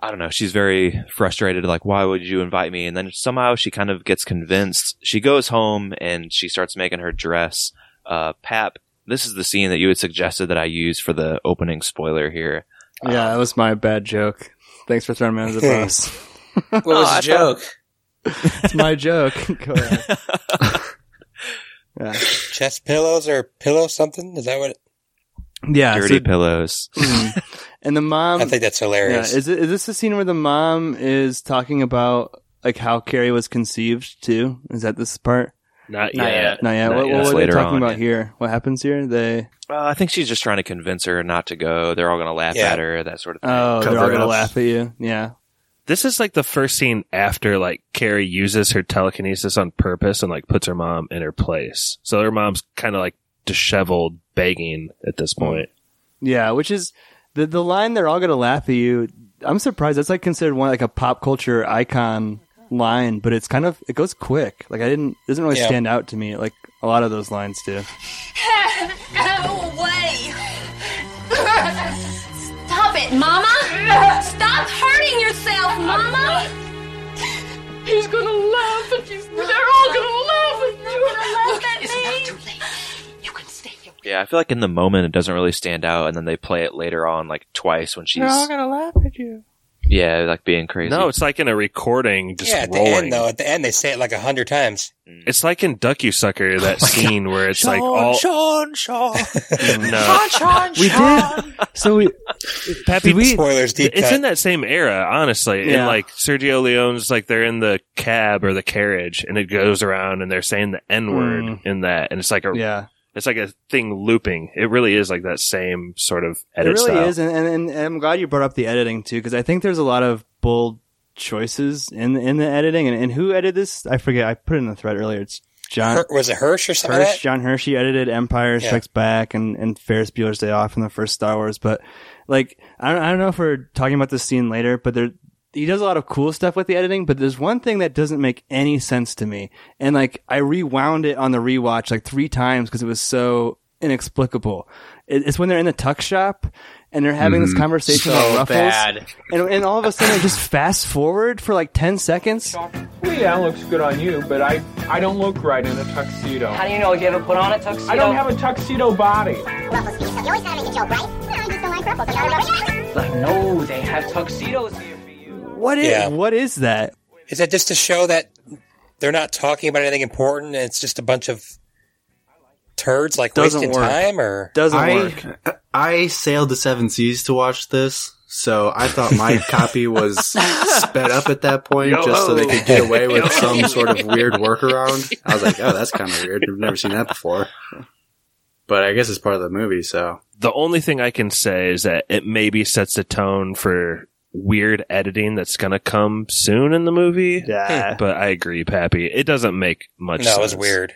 Speaker 1: I don't know. She's very frustrated. Like, why would you invite me? And then somehow she kind of gets convinced. She goes home and she starts making her dress. Uh, Pap, this is the scene that you had suggested that I use for the opening spoiler here.
Speaker 6: yeah, that was my bad joke. Thanks for throwing me under the bus.
Speaker 2: *laughs* What was
Speaker 1: Oh,
Speaker 2: the
Speaker 1: I
Speaker 2: joke?
Speaker 6: *laughs* it's my joke. *laughs* Go ahead. Yeah,
Speaker 3: Chest pillows or pillow something? Is that what?
Speaker 6: yeah
Speaker 1: Dirty
Speaker 6: so-
Speaker 1: pillows.
Speaker 6: mm. and the mom.
Speaker 3: I think that's
Speaker 6: Yeah,
Speaker 3: hilarious.
Speaker 6: is, it, is this the scene where the mom is talking about like how Carrie was conceived too? Is that this part?
Speaker 4: Not
Speaker 2: Not
Speaker 4: yet.
Speaker 2: yet.
Speaker 6: No, yeah.
Speaker 1: No,
Speaker 6: what
Speaker 1: yeah,
Speaker 6: what
Speaker 1: that's
Speaker 6: were they
Speaker 1: later
Speaker 6: talking
Speaker 1: on,
Speaker 6: about
Speaker 1: yeah.
Speaker 6: here? What happens here? They
Speaker 1: Uh, I think she's just trying to convince her not to go. They're all going to laugh
Speaker 3: Yeah.
Speaker 1: at her, that sort of thing.
Speaker 6: oh, they're all gonna
Speaker 5: Cover-ups.
Speaker 6: laugh at you. Yeah,
Speaker 4: This is like the first scene after like Carrie uses her telekinesis on purpose and like puts her mom in her place. So her mom's kind of like disheveled, begging at
Speaker 1: Mm.
Speaker 4: this point.
Speaker 6: yeah. Which is the the line. They're all gonna laugh at you. I'm surprised that's like considered one like a pop culture icon line, but it's kind of it goes quick. Like I didn't it doesn't really
Speaker 3: Yeah.
Speaker 6: stand out to me like a lot of those lines do.
Speaker 11: Go away! Stop it, Mama! Stop hurting yourself, Mama! He's gonna laugh at you. *laughs* They're all gonna laugh at you. Look, it's *laughs* not too late. You can stay here.
Speaker 1: Yeah, I feel like in the moment it doesn't really stand out, and then they play it later on, like twice when she's.
Speaker 6: gonna laugh at you.
Speaker 1: Yeah, like being crazy.
Speaker 4: No, it's like in a recording, just
Speaker 3: yeah, at
Speaker 4: rolling.
Speaker 3: the end though, at the end they say it like a hundred times.
Speaker 4: It's like in
Speaker 1: *laughs*
Speaker 4: Duckysucker,
Speaker 1: Oh
Speaker 4: that scene where it's like all *laughs*
Speaker 1: Sean, Sean.
Speaker 4: no.
Speaker 6: We did. So we
Speaker 4: Pappy,
Speaker 6: Did we-
Speaker 3: Spoilers deep
Speaker 4: it's
Speaker 3: cut.
Speaker 4: in that same era, honestly.
Speaker 6: Yeah.
Speaker 4: And like Sergio Leone's like they're in the cab or the carriage, and it goes around, and they're saying the N word
Speaker 6: Mm.
Speaker 4: in that, and it's like a
Speaker 6: yeah.
Speaker 4: it's like a thing looping. It really is like that same sort of edit
Speaker 6: it really
Speaker 4: style.
Speaker 6: is, and, and, and, and I'm glad you brought up the editing too, because I think there's a lot of bold choices in in the editing. And, and who edited this? I forget. I put it in the thread earlier. It's John
Speaker 3: Her- was it Hirsch or something?
Speaker 6: Hirsch.
Speaker 3: Hirsch,
Speaker 6: John Hirsch. He edited Empire
Speaker 3: Yeah.
Speaker 6: Strikes Back and and Ferris Bueller's Day Off and the first Star Wars. But like, I don't, I don't know if we're talking about this scene later, but there. He does a lot of cool stuff with the editing, but there's one thing that doesn't make any sense to me. And like, I rewound it on the rewatch like three times because it was so inexplicable. It- It's when they're in the tuck shop and they're having this conversation
Speaker 2: Mm-hmm. So
Speaker 6: about ruffles.
Speaker 2: bad.
Speaker 6: And, and all of a sudden, it just fast forward for like 10 seconds.
Speaker 12: Yeah, it looks good on you, but I I don't look right in a tuxedo.
Speaker 13: How do you know? You ever put on a tuxedo?
Speaker 12: I don't have a tuxedo body.
Speaker 13: No, they have tuxedos here for you.
Speaker 6: What is,
Speaker 3: Yeah.
Speaker 6: what is that?
Speaker 3: Is that just to show that they're not talking about anything important and it's just a bunch of turds like
Speaker 6: Doesn't
Speaker 3: wasting
Speaker 6: work.
Speaker 3: time or
Speaker 6: Doesn't work.
Speaker 5: I I sailed the seven seas to watch this, so I thought *laughs* my copy was sped up at that point, just so they could get away with some sort of weird workaround. I was like, oh, that's kind of weird. I've never seen that
Speaker 4: *laughs*
Speaker 5: before. But I guess it's part of the movie, so
Speaker 4: the only thing I can say is that it maybe sets the tone for weird editing that's going to come soon in the movie.
Speaker 6: Yeah.
Speaker 4: But I agree, Pappy. It doesn't make much
Speaker 3: no,
Speaker 4: sense.
Speaker 3: it was weird.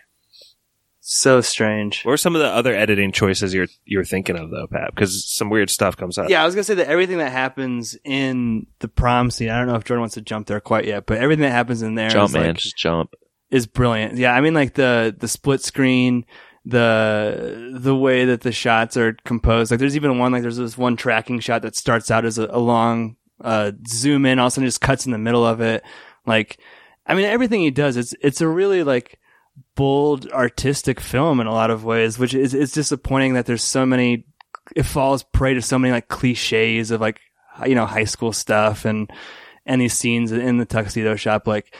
Speaker 6: So strange.
Speaker 4: What are some of the other editing choices you're you're thinking of though, Pat? Because some weird stuff comes up.
Speaker 6: Yeah, I was gonna say that everything that happens in the prom scene. I don't know if Jordan wants to jump there quite yet, but everything that happens in there is
Speaker 1: jump, man,
Speaker 6: like,
Speaker 1: just jump.
Speaker 6: is brilliant. Yeah, I mean like the the split screen, the the way that the shots are composed. Like there's even one like there's this one tracking shot that starts out as a, a long uh, zoom in, all of a sudden just cuts in the middle of it. Like, I mean everything he does, it's it's a really like bold artistic film in a lot of ways, which is it's disappointing that there's so many. It falls prey to so many like cliches of like you know high school stuff and and these scenes in the tuxedo shop like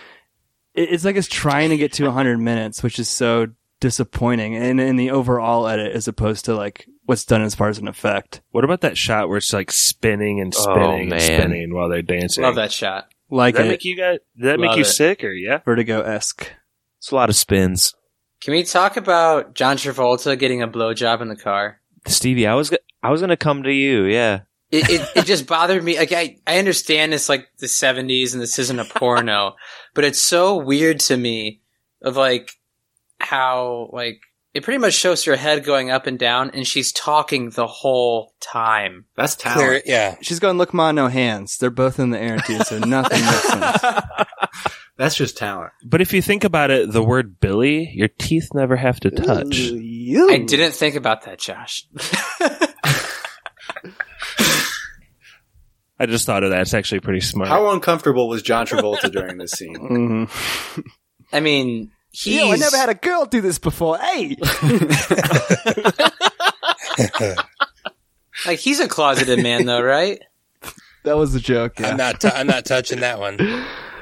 Speaker 6: it- it's like it's trying to get to 100 minutes, which is so disappointing. And in the overall edit, as opposed to like what's done as far as an effect.
Speaker 4: What about that shot where it's like spinning and
Speaker 6: Oh,
Speaker 4: spinning
Speaker 6: man.
Speaker 4: and spinning while they're dancing?
Speaker 2: Love that shot.
Speaker 6: Like
Speaker 4: Did that
Speaker 6: it.
Speaker 4: make you guys? Did that make
Speaker 2: Love
Speaker 4: you
Speaker 2: it.
Speaker 4: sick or yeah?
Speaker 6: Vertigo esque.
Speaker 1: It's a lot of spins.
Speaker 2: Can we talk about John Travolta getting a blowjob in the car?
Speaker 1: Stevie, I was go- I was gonna come to you. Yeah,
Speaker 2: It, it, it just bothered me. Like I, I understand it's like the '70s and this isn't a porno, but it's so weird to me of like how like it pretty much shows her head going up and down, and she's talking the whole time.
Speaker 5: That's
Speaker 2: talent.
Speaker 3: yeah.
Speaker 6: She's going, look, ma, no hands. They're both in the air, dude, so *laughs* nothing makes sense.
Speaker 5: That's just talent.
Speaker 4: But if you think about it, the word Billy, your teeth never have to touch.
Speaker 2: I didn't think about that, Josh. *laughs*
Speaker 4: I just thought of that. It's actually pretty smart.
Speaker 5: How uncomfortable was John Travolta during this scene?
Speaker 6: Mm-hmm.
Speaker 2: I mean, he.
Speaker 6: Yo, I never had a girl do this before. *laughs* Hey!
Speaker 2: like he's a closeted man though, right?
Speaker 6: that was a joke. Yeah.
Speaker 3: I'm not. i I'm not touching that one.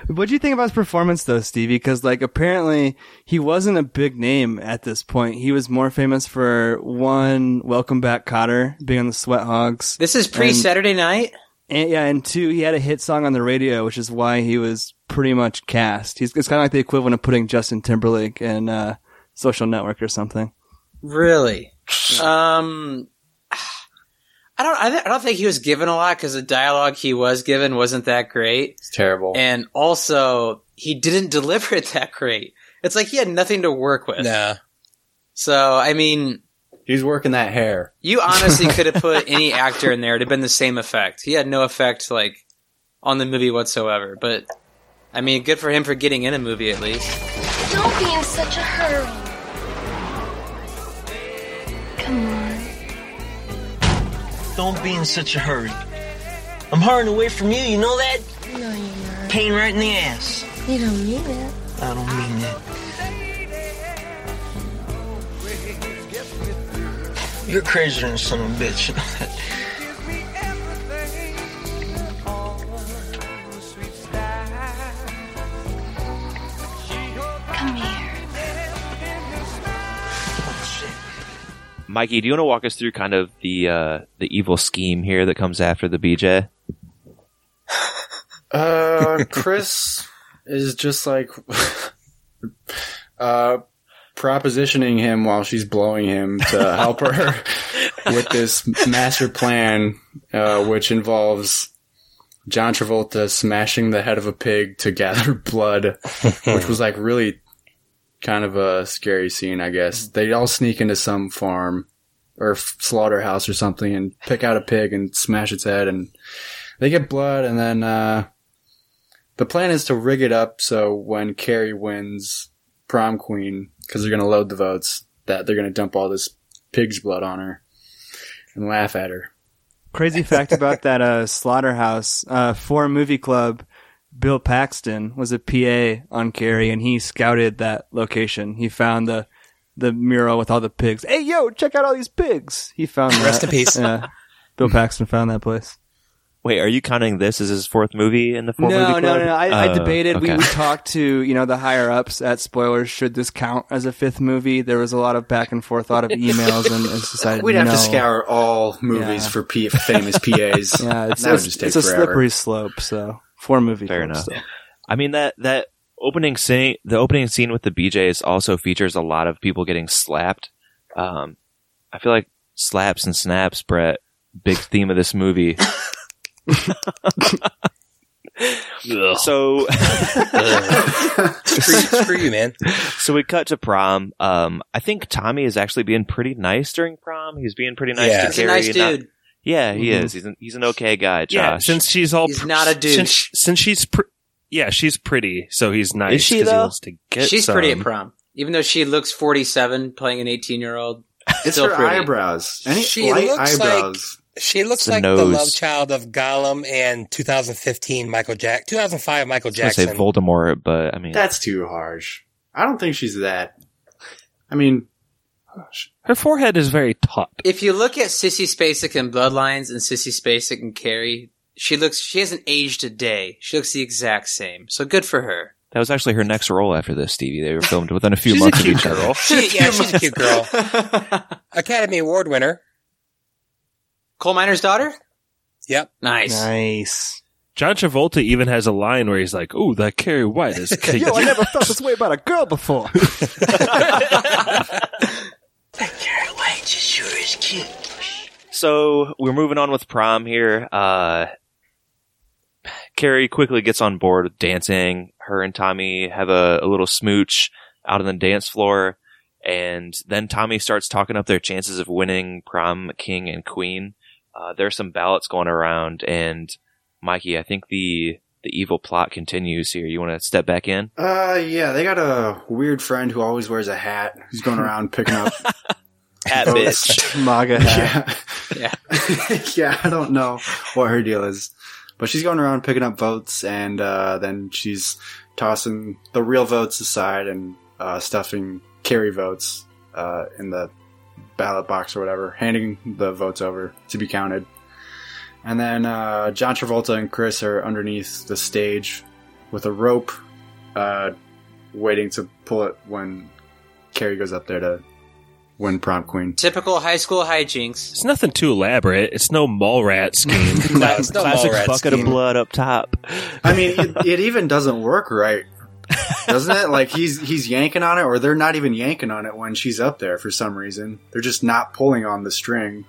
Speaker 6: What do you think about his performance though, Stevie? Because like apparently he wasn't a big name at this point. He was more famous for one Welcome Back Cotter being on the Sweat Hogs.
Speaker 2: This is pre
Speaker 6: And-
Speaker 2: Saturday night.
Speaker 6: and, yeah, and two, he had a hit song on the radio, which is why he was pretty much cast. He's it's kind of like the equivalent of putting Justin Timberlake in uh, Social Network or something.
Speaker 2: Really? Um, I don't. I, th- I don't think he was given a lot because the dialogue he was given wasn't that great,
Speaker 5: It's terrible.
Speaker 2: and also he didn't *laughs* deliver it that great. It's like he had nothing to work with.
Speaker 3: Nah.
Speaker 2: So I mean,
Speaker 5: He's working that hair.
Speaker 2: you
Speaker 5: *laughs*
Speaker 2: honestly could have put any actor in there; it'd have been the same effect. He had no effect like on the movie whatsoever. But I mean, good for him for getting in a movie at least.
Speaker 11: Don't be in such a hurry. Come on.
Speaker 14: Don't be in such a hurry. I'm hurrying away from you, you know that?
Speaker 11: No, you're not.
Speaker 14: Pain right in the ass.
Speaker 11: You don't mean it.
Speaker 14: I don't mean that. You're crazier than some of a bitch. *laughs* you know that?
Speaker 11: Come
Speaker 13: *laughs*
Speaker 11: here.
Speaker 1: Mikey, do you want to walk us through kind of the uh, the evil scheme here that comes after the BJ?
Speaker 5: Uh, Chris is just like *laughs* uh, propositioning him while she's blowing him to help her with this master plan, uh, which involves John Travolta smashing the head of a pig to gather *laughs* blood, which was like really kind of a scary scene, I guess. They all sneak into some farm or f- slaughterhouse or something and pick out a pig and smash its head and they get blood and then uh the plan is to rig it up so when Carrie wins prom queen cuz they're going to load the votes that they're going to dump all this pig's blood on her and laugh at her.
Speaker 6: Crazy fact about that uh, slaughterhouse uh, for movie club. Bill Paxton was a PA on Carrie, and he scouted that location. He found the the mural with all the pigs. Hey, yo, check out all these pigs! He found.
Speaker 5: *laughs*
Speaker 3: Rest
Speaker 6: that.
Speaker 3: in
Speaker 6: *laughs*
Speaker 3: peace.
Speaker 6: Yeah, Bill Paxton found that place.
Speaker 1: Wait, are you counting this as his fourth movie in the four
Speaker 6: no,
Speaker 1: movie club?
Speaker 6: no, no, no. I, I
Speaker 1: Uh,
Speaker 6: debated. We,
Speaker 1: okay.
Speaker 6: we talked to you know the higher ups at spoilers. Should this count as a fifth movie? There was a lot of back and forth, a lot of emails, and it's decided
Speaker 5: *laughs* We'd have
Speaker 6: no.
Speaker 5: to scour all movies
Speaker 6: Yeah.
Speaker 5: for
Speaker 1: *laughs*
Speaker 5: P- famous PAs.
Speaker 6: *laughs* Yeah, it's,
Speaker 5: that would
Speaker 6: it's,
Speaker 5: just take
Speaker 6: it's a
Speaker 5: forever.
Speaker 6: slippery slope. So four movie.
Speaker 1: Fair
Speaker 6: club
Speaker 1: enough.
Speaker 6: stuff.
Speaker 1: I mean that that opening scene, the opening scene with the BJs also features a lot of people getting slapped. Um, I feel like slaps and snaps,
Speaker 4: *laughs*
Speaker 1: Brett, big theme of this movie. So
Speaker 3: screw you, man.
Speaker 1: *laughs* So we cut to prom. Um, I think Tommy is actually being pretty nice during prom. Um, He's being pretty nice
Speaker 2: Yeah.
Speaker 1: to
Speaker 2: He's a
Speaker 1: Carrie.
Speaker 2: nice
Speaker 1: and not-
Speaker 2: dude.
Speaker 1: yeah, he
Speaker 4: Mhm.
Speaker 1: is. He's an, he's an okay guy, Josh.
Speaker 4: Yeah, since she's all
Speaker 2: He's
Speaker 4: pr-
Speaker 2: not a dude.
Speaker 4: Since, since she's pr- yeah, she's pretty, so he's nice.
Speaker 1: Is she,
Speaker 4: 'cause He
Speaker 1: though?
Speaker 4: wants to get
Speaker 2: She's pretty at
Speaker 4: some.
Speaker 2: prom, even though she looks forty-seven, playing an eighteen-year-old.
Speaker 5: It's
Speaker 2: still
Speaker 5: her
Speaker 2: pretty.
Speaker 5: eyebrows. *laughs* Any
Speaker 3: She
Speaker 5: light
Speaker 3: looks like-
Speaker 5: eyebrows.
Speaker 3: She looks
Speaker 1: the
Speaker 3: like the
Speaker 1: nose.
Speaker 3: love child of Gollum and 2015 Michael Jack, 2005 Michael
Speaker 1: I was
Speaker 3: Jackson.
Speaker 1: gonna say Voldemort, but I mean
Speaker 5: That's too harsh. I don't think she's that. I mean,
Speaker 4: Her forehead is very taut.
Speaker 2: If you look at Sissy Spacek in Bloodlines and Sissy Spacek and Carrie, she looks she hasn't aged a day. She looks the exact same. So good for her.
Speaker 1: that was actually her next role after this, Stevie. They were filmed within a few
Speaker 4: She's a
Speaker 1: months
Speaker 4: cute
Speaker 1: of each
Speaker 2: *laughs*
Speaker 1: other.
Speaker 4: girl.
Speaker 3: She, yeah,
Speaker 4: *laughs*
Speaker 3: she's a cute girl. *laughs* Academy Award winner.
Speaker 2: Coal miner's daughter.
Speaker 3: Yep.
Speaker 2: Nice.
Speaker 6: Nice.
Speaker 4: John Travolta even has a line where he's like, "Oh, that Carrie White
Speaker 3: *laughs*
Speaker 4: is cute."
Speaker 6: Yo, I never felt this way about a girl before.
Speaker 1: *laughs*
Speaker 11: Carrie White sure is cute.
Speaker 1: *laughs* So we're moving on with prom here. Uh, Carrie quickly gets on board with dancing. Her and Tommy have a, a little smooch out on the dance floor, and then Tommy starts talking up their chances of winning prom king and queen. Uh, there's some ballots going around, and Mikey, I think the the evil plot continues here. You want to step back in?
Speaker 5: uh, yeah, they got a weird friend who always wears a hat. Who's going around picking up.
Speaker 1: Hat bitch.
Speaker 6: Oh, MAGA hat.
Speaker 5: yeah,
Speaker 2: Yeah.
Speaker 5: *laughs* yeah. I don't know what her deal is, but she's going around picking up votes, and uh, then she's tossing the real votes aside and uh, stuffing carry votes uh, in the ballot box or whatever, handing the votes over to be counted. And then uh, John Travolta and Chris are underneath the stage with a rope, uh, waiting to pull it when Carrie goes up there to win prom queen.
Speaker 2: Typical high school hijinks.
Speaker 4: It's nothing too elaborate. It's no mall rat scheme.
Speaker 3: *laughs* No, it's no
Speaker 1: Classic
Speaker 3: Mallrats
Speaker 1: bucket
Speaker 3: scheme.
Speaker 1: of blood up top.
Speaker 5: I mean, it, it even doesn't work right, doesn't it? Like he's he's yanking on it, or they're not even yanking on it when she's up there for some reason. They're just not pulling on the string,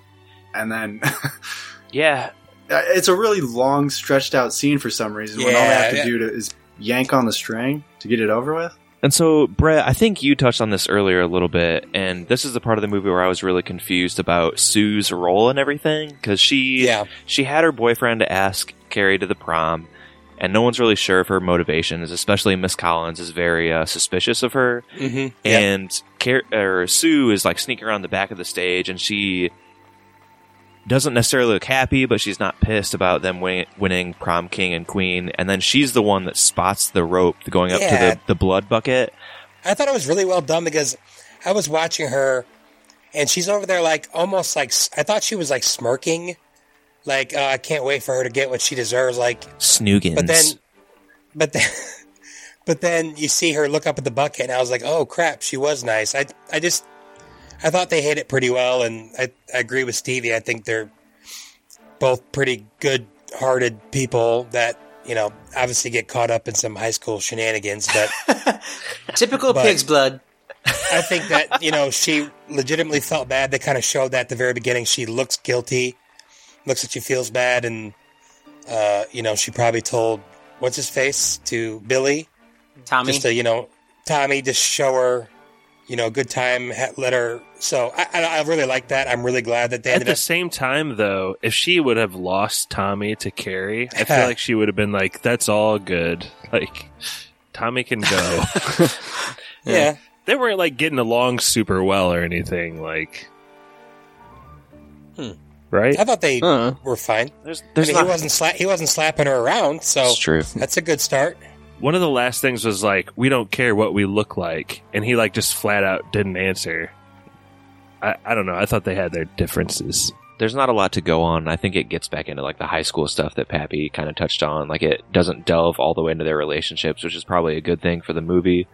Speaker 5: and then *laughs*
Speaker 1: Yeah,
Speaker 5: it's a really long, stretched out scene for some reason. when all they have to
Speaker 3: Yeah.
Speaker 5: do to, is yank on the string to get it over with.
Speaker 1: And so, Brett, I think you touched on this earlier a little bit, and this is the part of the movie where I was really confused about Sue's role and everything because she
Speaker 3: Yeah.
Speaker 1: she had her boyfriend ask Carrie to the prom, and no one's really sure of her motivations. Especially Miss Collins is very uh, suspicious of her,
Speaker 3: Mm-hmm.
Speaker 1: and Car- or Sue is like sneaking around the back of the stage, and she doesn't necessarily look happy, but she's not pissed about them win- winning prom king and queen. And then she's the one that spots the rope going up
Speaker 3: Yeah.
Speaker 1: to the, the blood bucket.
Speaker 3: I thought it was really well done because I was watching her, and she's over there like almost like s- I thought she was like smirking, like uh, I can't wait for her to get what she deserves. Like,
Speaker 1: Snoogans.
Speaker 3: but then, but then, *laughs* but then you see her look up at the bucket, and I was like, oh crap, she was nice. I I just I thought they hit it pretty well, and I I agree with Stevie. I think they're both pretty good-hearted people that you know obviously get caught up in some high school shenanigans, but.
Speaker 2: Typical
Speaker 3: But-
Speaker 2: pig's blood.
Speaker 3: I think that you know she legitimately felt bad. They kind of showed that at the very beginning. She looks guilty, looks at you, feels bad, and uh, you know she probably told what's his face to Billy
Speaker 2: Tommy.
Speaker 3: just to you know Tommy just show her you know good time, ha- let her. So I, I, I really like that. I'm really glad that they
Speaker 4: At
Speaker 3: ended
Speaker 4: the
Speaker 3: up.
Speaker 4: same time, though, if she would have lost Tommy to Carrie,
Speaker 3: *laughs*
Speaker 4: I feel like she would have been like, "That's all good. Like, Tommy can
Speaker 3: *laughs*
Speaker 4: go."
Speaker 3: Yeah,
Speaker 4: they weren't like getting along super well or anything. Like,
Speaker 3: Hmm.
Speaker 4: right?
Speaker 3: I thought they
Speaker 6: Huh.
Speaker 3: were fine.
Speaker 1: There's,
Speaker 3: I
Speaker 1: there's
Speaker 3: mean, he
Speaker 1: not.
Speaker 3: wasn't sla- he wasn't slapping her around, so
Speaker 1: It's true.
Speaker 3: that's a good start.
Speaker 4: One of the last things was like, "We don't care what we look like," and he like just flat out didn't answer. I, I don't know. I thought they had their differences.
Speaker 1: There's not a lot to go on. I think it gets back into like the high school stuff that Pappy kind of touched on. Like it doesn't delve all the way into their relationships, which is probably a good thing for the movie.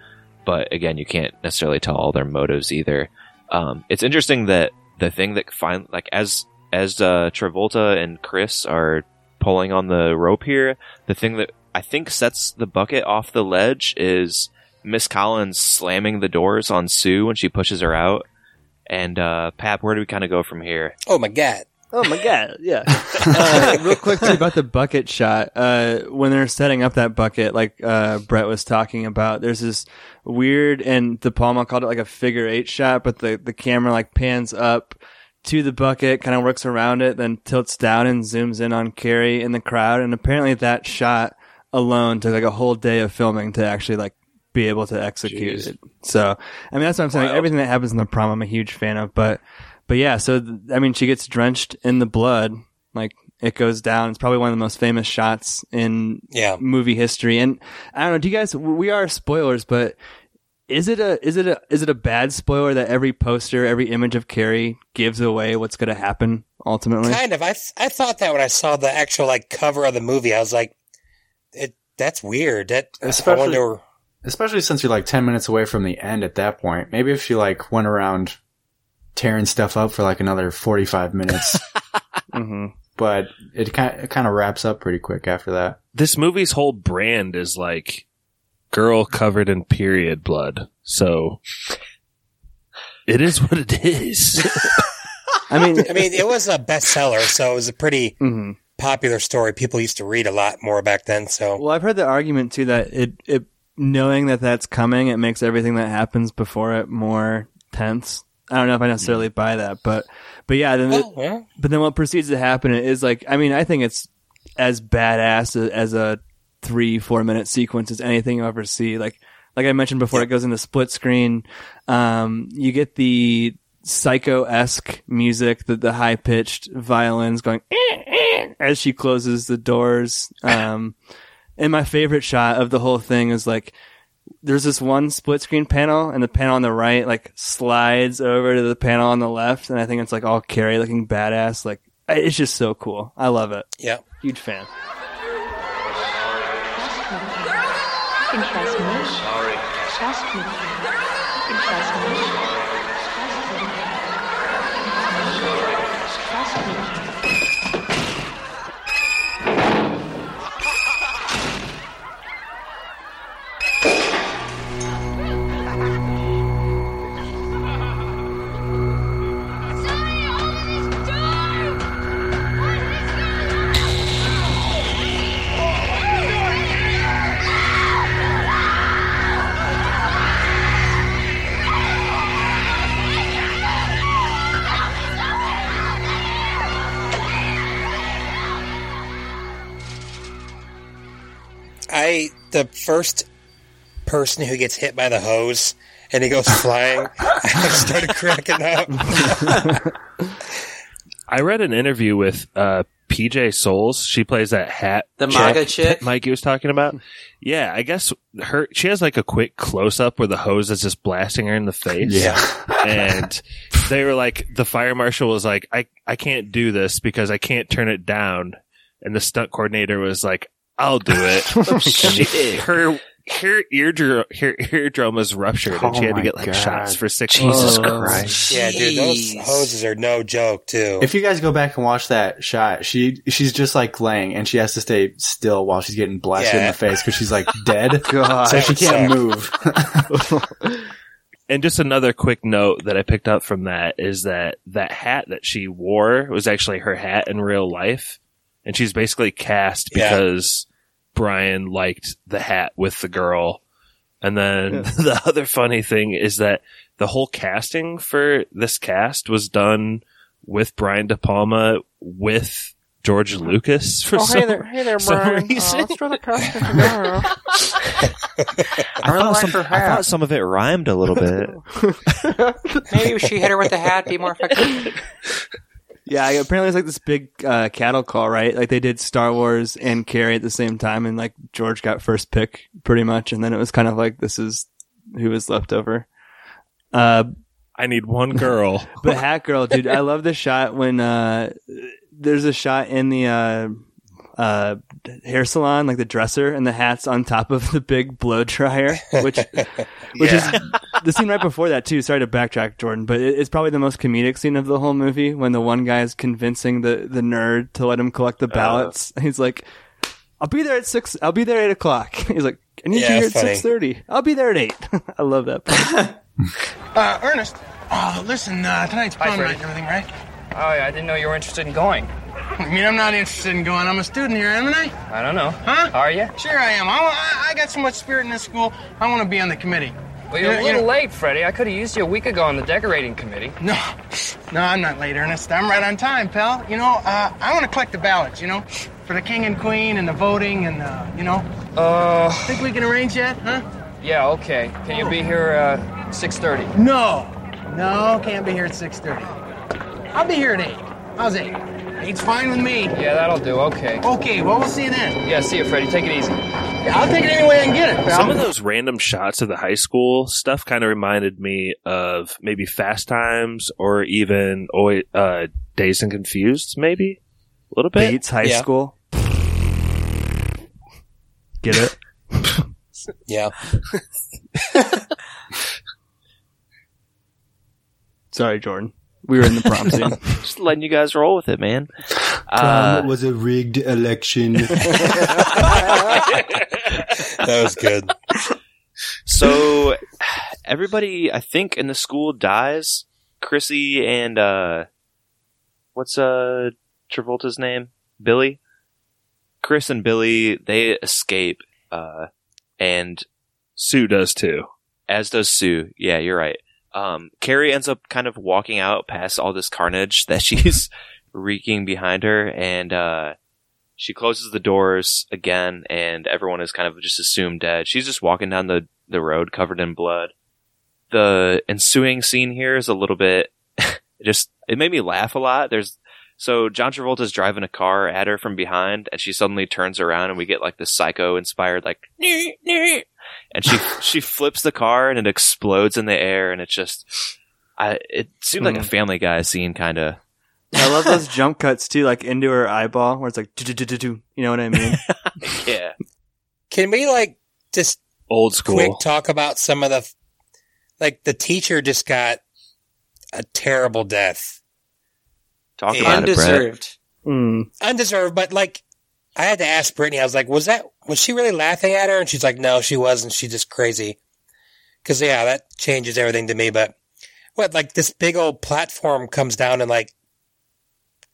Speaker 1: But again, you can't necessarily tell all their motives either. Um, it's interesting that the thing that find like as as uh, Travolta and Chris are pulling on the rope here, the thing that I think sets the bucket off the ledge is Miss Collins slamming the doors on Sue when she pushes her out. And uh, Pap, where do we kind of go from here?
Speaker 3: Oh my god!
Speaker 6: Oh my god! Yeah. *laughs*
Speaker 3: *laughs*
Speaker 6: uh, real quick too, about the bucket shot. Uh, when they're setting up that bucket, like uh, Brett was talking about, there's this weird and the Palma called it like a figure eight shot, but the the camera like pans up to the bucket, kind of works around it, then tilts down and zooms in on Carrie in the crowd. And apparently, that shot alone took like a whole day of filming to actually like be able to execute
Speaker 15: Jeez.
Speaker 6: it. So, I mean, that's what I'm saying. Like, everything that happens in the prom, I'm a huge fan of. But, but yeah, so th- I mean, she gets drenched in the blood, like it goes down. It's probably one of the most famous shots in
Speaker 3: yeah.
Speaker 6: movie history. And I don't know, do you guys? We are spoilers, but is it a is it a is it a bad spoiler that every poster, every image of Carrie gives away what's going to happen ultimately?
Speaker 3: Kind of. I th- I thought that when I saw the actual like cover of the movie, I was like, it that's weird. That I
Speaker 5: Especially,
Speaker 3: wonder.
Speaker 5: especially since you're like 10 minutes away from the end at that point. Maybe if she like went around tearing stuff up for like another 45 minutes.
Speaker 6: mm-hmm.
Speaker 5: But it kind, it kind of wraps up pretty quick after that.
Speaker 4: This movie's whole brand is like girl covered in period blood. So it is what it is.
Speaker 6: *laughs*
Speaker 3: *laughs*
Speaker 6: I mean,
Speaker 3: I mean, it was a bestseller, so it was a pretty
Speaker 6: Mm-hmm.
Speaker 3: popular story. People used to read a lot more back then. So
Speaker 6: Well, I've heard the argument too that it it knowing that that's coming, it makes everything that happens before it more tense. I don't know if I necessarily buy that, but but yeah, then the- but then what proceeds to happen is like I mean I think it's as badass a- as a three four minute sequence as anything you ever see. Like like I mentioned before, it goes into split screen. Um, you get the psycho esque music, the the high pitched violins going eh, as she closes the doors. Um, and my favorite shot of the whole thing is like there's this one split screen panel, and the panel on the right like slides over to the panel on the left, and I think it's like all Carrie looking badass. Like I- it's just so cool. I love it.
Speaker 3: Yeah,
Speaker 6: huge fan.
Speaker 11: Trust me. Sorry. Trust me. Trust me.
Speaker 3: I the first person who gets hit by the hose and he
Speaker 6: *laughs*
Speaker 3: goes flying, *laughs* I started cracking up.
Speaker 4: I read an interview with uh, PJ Souls. She plays that hat,
Speaker 2: The
Speaker 4: chick
Speaker 2: MAGA chick?
Speaker 4: that Mikey was talking about. Yeah, I guess her. She has like a quick close up where the hose is just blasting her in the face.
Speaker 5: Yeah.
Speaker 4: and they were like, the fire marshal was like, I I can't do this because I can't turn it down. And the stunt coordinator was like, I'll do it. And
Speaker 15: shit.
Speaker 4: her. Her eardrum, her eardrum was ruptured, and
Speaker 3: Oh
Speaker 4: she had to
Speaker 3: my
Speaker 4: get like
Speaker 5: God.
Speaker 4: shots for
Speaker 5: *laughs*
Speaker 4: six.
Speaker 5: Jesus
Speaker 4: months.
Speaker 6: Oh,
Speaker 5: Christ.
Speaker 3: Yeah, dude, those hoses are no joke too.
Speaker 5: If you guys go back and watch that shot, she she's just like laying, and she has to stay still while she's getting blasted in
Speaker 4: Yeah.
Speaker 5: the face because she's like dead,
Speaker 4: God.
Speaker 5: so she can't
Speaker 4: That
Speaker 5: move.
Speaker 4: And just another quick note that I picked up from that is that that hat that she wore was actually her hat in real life. And she's basically cast
Speaker 15: Yeah.
Speaker 4: because Brian liked the hat with the girl. And then *laughs* the other funny thing is that the whole casting for this cast was done with Brian De Palma with George Lucas for
Speaker 15: oh,
Speaker 4: some
Speaker 15: hey there, hey there,
Speaker 4: *laughs* some
Speaker 15: Brian.
Speaker 4: reason.
Speaker 15: Uh, let's draw the costume tomorrow.
Speaker 1: I thought, some,
Speaker 15: her
Speaker 1: I
Speaker 15: hat.
Speaker 1: thought some of it rhymed a little bit.
Speaker 2: Maybe she hit her with the hat, be
Speaker 4: *laughs*
Speaker 2: more effective.
Speaker 6: Yeah, I- apparently it's like this big uh, cattle call, right? Like they did Star Wars and Carrie at the same time, and like George got first pick pretty much, and then it was kind of like this is who was left over. Uh,
Speaker 4: I need one girl,
Speaker 6: but Hat Girl, dude,
Speaker 4: *laughs*
Speaker 6: I love the shot when uh, there's a shot in the uh, uh, hair salon, like the dresser, and the hat's on top of the big blow dryer,
Speaker 15: *laughs*
Speaker 6: which which
Speaker 15: Yeah.
Speaker 6: is the scene right before that too. Sorry to backtrack, Jordan, but it, it's probably the most comedic scene of the whole movie when the one guy is convincing the the nerd to let him collect
Speaker 15: Uh.
Speaker 6: the ballots. *laughs* He's like, "I'll be there at six. I'll be there at eight o'clock." *laughs* He's like, "I need
Speaker 15: Yeah,
Speaker 6: you here at
Speaker 15: funny.
Speaker 6: six thirty. I'll be there at 8. *laughs* I love that. part.
Speaker 16: uh,
Speaker 15: Uh, Ernest. Oh, listen, uh, tonight's prom night and everything, right?
Speaker 17: Oh, yeah, I didn't know you were interested in going.
Speaker 16: I mean, I'm not interested in going. I'm a student here, am I?
Speaker 17: I don't know.
Speaker 16: Huh?
Speaker 17: Are you?
Speaker 16: Sure, I am. I, wa- I, I got so much spirit in this school. I want to be on the committee.
Speaker 17: Well,
Speaker 16: You
Speaker 17: you're a
Speaker 16: know-
Speaker 17: little
Speaker 16: you know-
Speaker 17: late, Freddie. I could have used you a week ago on the decorating committee.
Speaker 16: No, no, I'm not late, Ernest. I'm right on time, pal. You know, uh, I want to collect the ballots. You know, for the king and queen and the voting and uh, you know.
Speaker 17: Uh.
Speaker 16: Think we can arrange that, huh?
Speaker 17: Yeah, okay. Can you be here uh, 6.30?
Speaker 16: No, no, can't be here at 6:30. I'll be here at eight. How's eight? Eight's fine with me.
Speaker 17: Yeah, that'll do. Okay.
Speaker 16: Okay, well, we'll see you then.
Speaker 17: Yeah, see you, Freddie. Take it easy.
Speaker 16: Yeah, I'll take it any way I can get it, pal.
Speaker 4: Some of those random shots of the high school stuff kind of reminded me of maybe Fast Times or even Oi- uh, Dazed and Confused, maybe a little bit.
Speaker 6: Bates High Yeah. School. *laughs*
Speaker 4: Get it?
Speaker 3: Yeah.
Speaker 6: Sorry, Jordan. We were in the prom scene.
Speaker 1: *laughs* *laughs* Just letting you guys roll with it, man.
Speaker 5: Tom,
Speaker 1: Uh,
Speaker 5: it was a rigged election.
Speaker 3: *laughs* That was good.
Speaker 1: so everybody, I think, in the school dies. Chrissy and uh, what's uh Travolta's name? Billy. Chris and Billy they escape, uh, and
Speaker 4: Sue does too.
Speaker 1: As does Sue. Yeah, you're right. Um, Carrie ends up kind of walking out past all this carnage that *laughs* she's wreaking behind her, and uh, she closes the doors again, and everyone is kind of just assumed dead. She's just walking down the, the road covered in blood. The ensuing scene here is a little bit *laughs* it just it made me laugh a lot. There's so John Travolta's driving a car at her from behind, and she suddenly turns around, and we get like this psycho inspired like and *laughs* she she flips the car and it explodes in the air and it's just I it seemed like a
Speaker 6: Mhm.
Speaker 1: Family Guy scene kind of.
Speaker 6: I love those jump cuts too, like into her eyeball, where it's like do do do do do. You know what I mean?
Speaker 1: *laughs* Yeah.
Speaker 3: Can we like just
Speaker 4: old school
Speaker 3: quick talk about some of the f- like the teacher just got a terrible death.
Speaker 1: Talk
Speaker 3: And-
Speaker 1: about it, Brett. Undeserved.
Speaker 4: Hmm.
Speaker 3: Undeserved, but like I had to ask Brittany, I was like, was that was she really laughing at her? And she's like, No, she wasn't, she's just crazy. Cause yeah, that changes everything to me, but what, like this big old platform comes down and like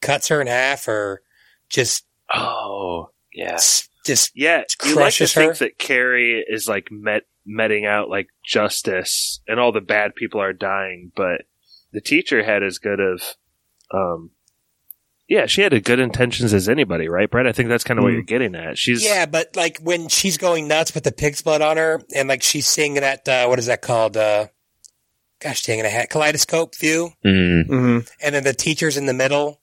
Speaker 3: cuts her in half or just
Speaker 1: Oh yeah.
Speaker 3: just
Speaker 4: yeah You like to
Speaker 3: crushes her.
Speaker 4: think that Carrie is like met meting out like justice, and all the bad people are dying, but the teacher had as good of, um, yeah, she had as good intentions as anybody, right, Brett? I think that's kind of what
Speaker 6: Mm.
Speaker 4: you're getting at. She's
Speaker 3: yeah, but like when she's going nuts with the pig's blood on her, and like she's seeing that uh, what is that called? Uh, gosh dang it, a hat kaleidoscope view,
Speaker 6: Mm-hmm.
Speaker 3: and then the teacher's in the middle,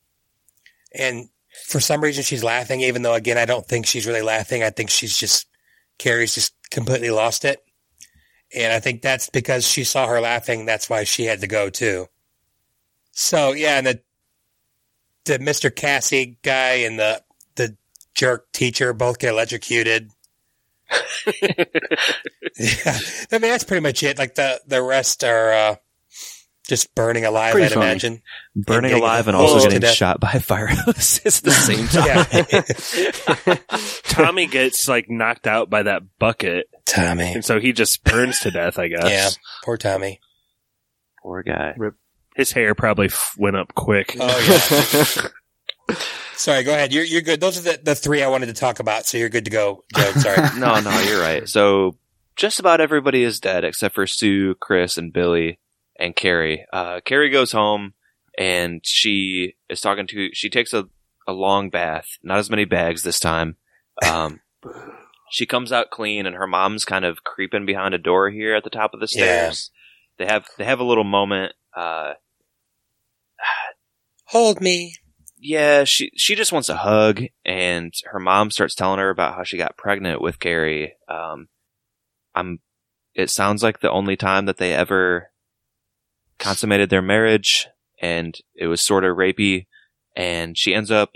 Speaker 3: and for some reason she's laughing, even though again I don't think she's really laughing. I think she's just Carrie's just completely lost it, and I think that's because she saw her laughing. That's why she had to go too. So yeah, and the the Mister Cassie guy and the the jerk teacher both get
Speaker 1: *laughs*
Speaker 3: electrocuted. *laughs* yeah, I mean that's pretty much it. Like the the rest are uh, just burning alive.
Speaker 1: Pretty
Speaker 3: I'd
Speaker 1: funny.
Speaker 3: imagine
Speaker 1: Burning alive and
Speaker 3: hosed
Speaker 1: also
Speaker 3: to
Speaker 1: getting
Speaker 3: death.
Speaker 1: shot by a fire hose at the
Speaker 4: *laughs*
Speaker 1: same time.
Speaker 3: *laughs*
Speaker 4: Tommy gets like knocked out by that bucket.
Speaker 3: Tommy.
Speaker 4: And so he just burns to death, I guess.
Speaker 3: Yeah, poor Tommy.
Speaker 1: Poor guy.
Speaker 4: Rip. His hair probably f- went up quick.
Speaker 3: Oh, Sorry, go ahead. You're you're good. Those are the, the three I wanted to talk about. So you're good to go. Joe.
Speaker 1: *laughs*
Speaker 3: Sorry.
Speaker 4: *laughs*
Speaker 1: no, no, you're right. So just about everybody is dead except for Sue, Chris, and Billy and Carrie. Uh, Carrie goes home and she is talking to. She takes a, a long bath, not as many bags this time. Um, she comes out clean, and her mom's kind of creeping behind a door here at the top of the
Speaker 3: Yeah.
Speaker 1: stairs. They have they have a little moment. Uh,
Speaker 3: Hold me.
Speaker 1: yeah, she she just wants a hug, and her mom starts telling her about how she got pregnant with Gary. Um, I'm. It sounds like the only time that they ever consummated their marriage, and it was sort of rapey. And she ends up,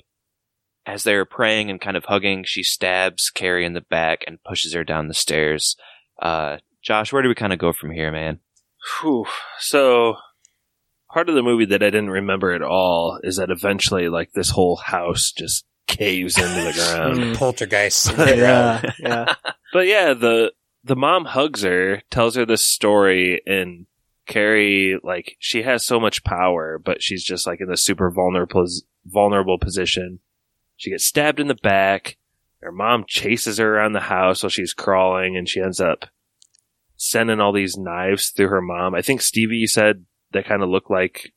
Speaker 1: as they're praying and kind of hugging, she stabs Carrie in the back and pushes her down the stairs. Uh, Josh, where do we kind of go from here, man?
Speaker 4: *laughs* Whew. So part of the movie that I didn't remember at all is that eventually like this whole house just caves into the
Speaker 3: *laughs*
Speaker 4: ground.
Speaker 3: Poltergeist.
Speaker 4: *laughs* Yeah,
Speaker 6: yeah.
Speaker 4: But yeah, the the mom hugs her, tells her this story, and Carrie, like, she has so much power, but she's just like in this super vulnerable vulnerable position. She gets stabbed in the back. Her mom chases her around the house while she's crawling, and she ends up sending all these knives through her mom. I think Stevie said they kind of look like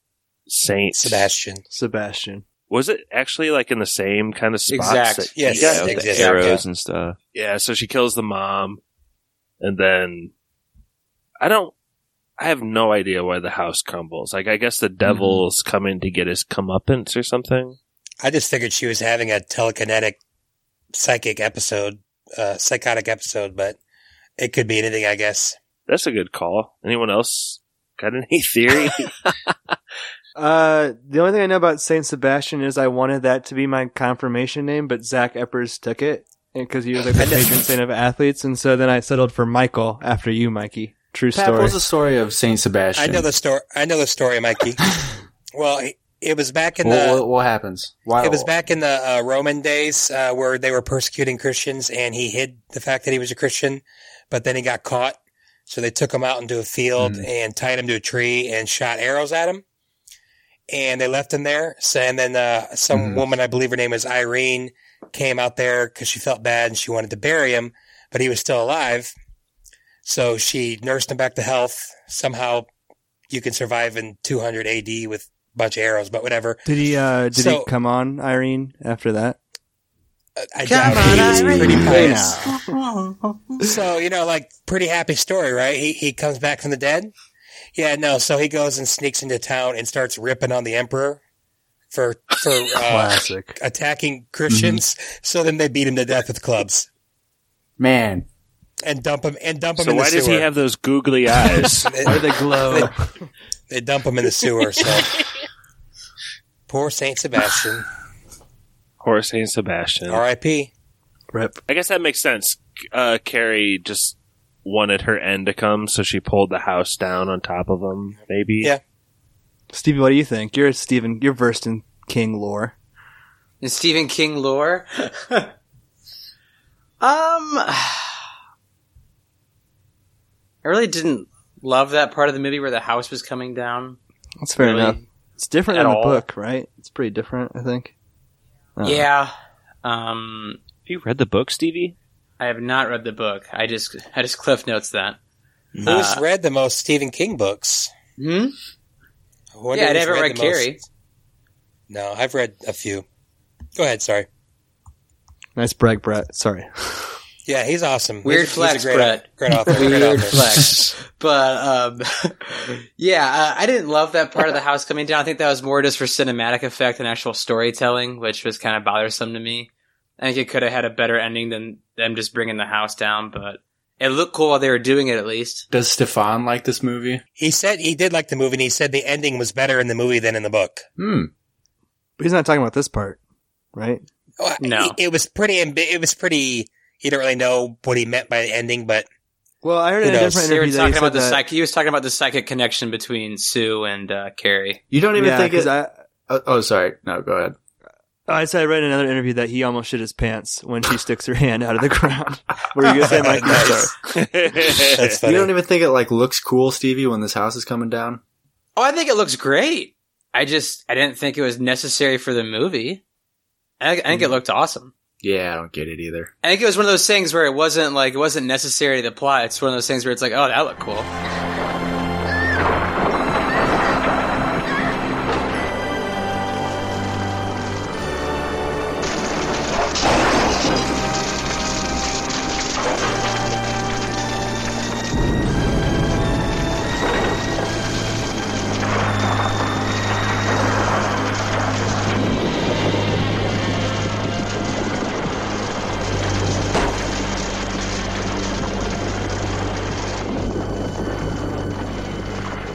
Speaker 4: Saint
Speaker 3: Sebastian.
Speaker 6: Sebastian.
Speaker 4: Was it actually like in the same kind of spot?
Speaker 3: Exact. Yes,
Speaker 4: yeah,
Speaker 1: with the arrows and stuff.
Speaker 4: yeah, so she kills the mom, and then I don't. I have no idea why the house crumbles. Like, I guess
Speaker 3: Mm-hmm.
Speaker 4: the devil's coming to get his comeuppance or something.
Speaker 3: I just figured she was having a telekinetic psychic episode, uh, psychotic episode, but it could be anything, I guess.
Speaker 4: That's a good call. Anyone else got *laughs* any theory?
Speaker 6: Uh, the only thing I know about Saint Sebastian is I wanted that to be my confirmation name, but Zach Eppers took it because he was like the patron saint of athletes, and so then I settled for Michael after you, Mikey. True
Speaker 5: Pat,
Speaker 6: story.
Speaker 5: what was the story of Saint Sebastian?
Speaker 3: I know the story. I know the story,
Speaker 4: *laughs*
Speaker 3: Mikey. well, it- it was back in
Speaker 5: What,
Speaker 3: the
Speaker 5: what, what happens? Why?
Speaker 3: It was back in the uh, Roman days uh, where they were persecuting Christians, and he hid the fact that he was a Christian, but then he got caught. So they took him out into a field
Speaker 6: Mm.
Speaker 3: and tied him to a tree and shot arrows at him. And they left him there. So, and then uh, some
Speaker 6: Mm.
Speaker 3: woman, I believe her name is Irene, came out there because she felt bad and she wanted to bury him, but he was still alive. So she nursed him back to health. Somehow you can survive in 200 AD with a bunch of arrows, but whatever.
Speaker 6: Did he? Uh, did he
Speaker 3: So-
Speaker 6: come on Irene after that?
Speaker 3: I doubt he was pretty pious.
Speaker 6: Yeah.
Speaker 3: so you know, like pretty happy story, right? He he comes back from the dead. Yeah, no. So he goes and sneaks into town and starts ripping on the emperor for for uh,
Speaker 6: Classic.
Speaker 3: attacking Christians.
Speaker 4: Mm-hmm.
Speaker 3: So then they beat him to death with clubs
Speaker 5: Man,
Speaker 3: and dump him and dump him.
Speaker 4: so
Speaker 3: in the
Speaker 4: why does
Speaker 3: sewer.
Speaker 4: he have those googly eyes?
Speaker 3: Why do *laughs* they
Speaker 6: glow?
Speaker 3: They, *laughs* they dump him in the sewer. So poor Saint
Speaker 4: *sighs*
Speaker 3: Sebastian,
Speaker 4: Poor Saint Sebastian.
Speaker 3: R.I.P.
Speaker 6: Rip.
Speaker 4: I guess that makes sense. Uh, Carrie just wanted her end to come, so she pulled the house down on top of him. Maybe.
Speaker 3: Yeah.
Speaker 6: Stevie, what do you think? You're Steven. You're versed in King lore.
Speaker 2: In Stephen King lore? um, I really didn't love that part of the movie where the house was coming down.
Speaker 6: That's fair
Speaker 2: Really?
Speaker 6: enough. It's different
Speaker 2: At
Speaker 6: in the
Speaker 2: all?
Speaker 6: book, right? It's pretty different, I think. Uh,
Speaker 2: yeah. Um,
Speaker 1: Uh-huh. Have you read the book, Stevie?
Speaker 2: I have not read the book. I just I just cliff notes that.
Speaker 3: Who's
Speaker 2: Uh,
Speaker 3: read the most Stephen King books?
Speaker 2: Hmm?
Speaker 3: I wonder
Speaker 2: Yeah, I
Speaker 3: who's
Speaker 2: never read
Speaker 3: the most-
Speaker 2: Carrie.
Speaker 3: No, I've read a few. Go ahead. Sorry.
Speaker 6: Nice brag, Brett. Sorry.
Speaker 3: Yeah, he's awesome.
Speaker 2: Weird
Speaker 3: He's- he's a
Speaker 2: flex,
Speaker 3: great,
Speaker 2: Brett.
Speaker 3: Great author. great
Speaker 2: Weird
Speaker 3: author.
Speaker 2: flex.
Speaker 3: *laughs*
Speaker 2: But um, *laughs* yeah, uh, I didn't love that part of the house coming down. I think that was more just for cinematic effect and actual storytelling, which was kind of bothersome to me. I think it could have had a better ending than them just bringing the house down, but it looked cool while they were doing it at least.
Speaker 5: Does Stefan like this movie?
Speaker 3: He said he did like the movie, and he said the ending was better in the movie than in the book.
Speaker 5: Hmm.
Speaker 6: But he's not talking about this part, right?
Speaker 3: Well,
Speaker 2: No.
Speaker 3: it, it was pretty. ambi- It was pretty. You don't really know what he meant by the ending, but
Speaker 6: Well, I heard
Speaker 3: Who
Speaker 6: in a
Speaker 3: knows?
Speaker 6: different
Speaker 2: They were
Speaker 6: interview that he
Speaker 2: talking
Speaker 6: said
Speaker 2: about the
Speaker 6: that.
Speaker 2: psych- he was talking about the psychic connection between Sue and uh, Carrie.
Speaker 5: You don't even
Speaker 6: Yeah,
Speaker 5: think
Speaker 6: 'cause
Speaker 5: it.
Speaker 6: I,
Speaker 5: oh, oh, sorry. No, go ahead.
Speaker 6: I said I read in another interview that he almost shit his pants when she sticks her hand out of the ground. What are you gonna say,
Speaker 5: *laughs*
Speaker 6: Mike?
Speaker 3: Nice. that's
Speaker 5: You don't
Speaker 3: funny.
Speaker 5: even think it like looks cool, Stevie, when this house is coming down.
Speaker 2: Oh, I think it looks great. I just I didn't think it was necessary for the movie. I, I think it
Speaker 3: Mm-hmm.
Speaker 2: looked awesome.
Speaker 5: Yeah, I don't get it either.
Speaker 2: I think it was one of those things where it wasn't like it wasn't necessary to the plot. It's one of those things where it's like, oh, that looked cool.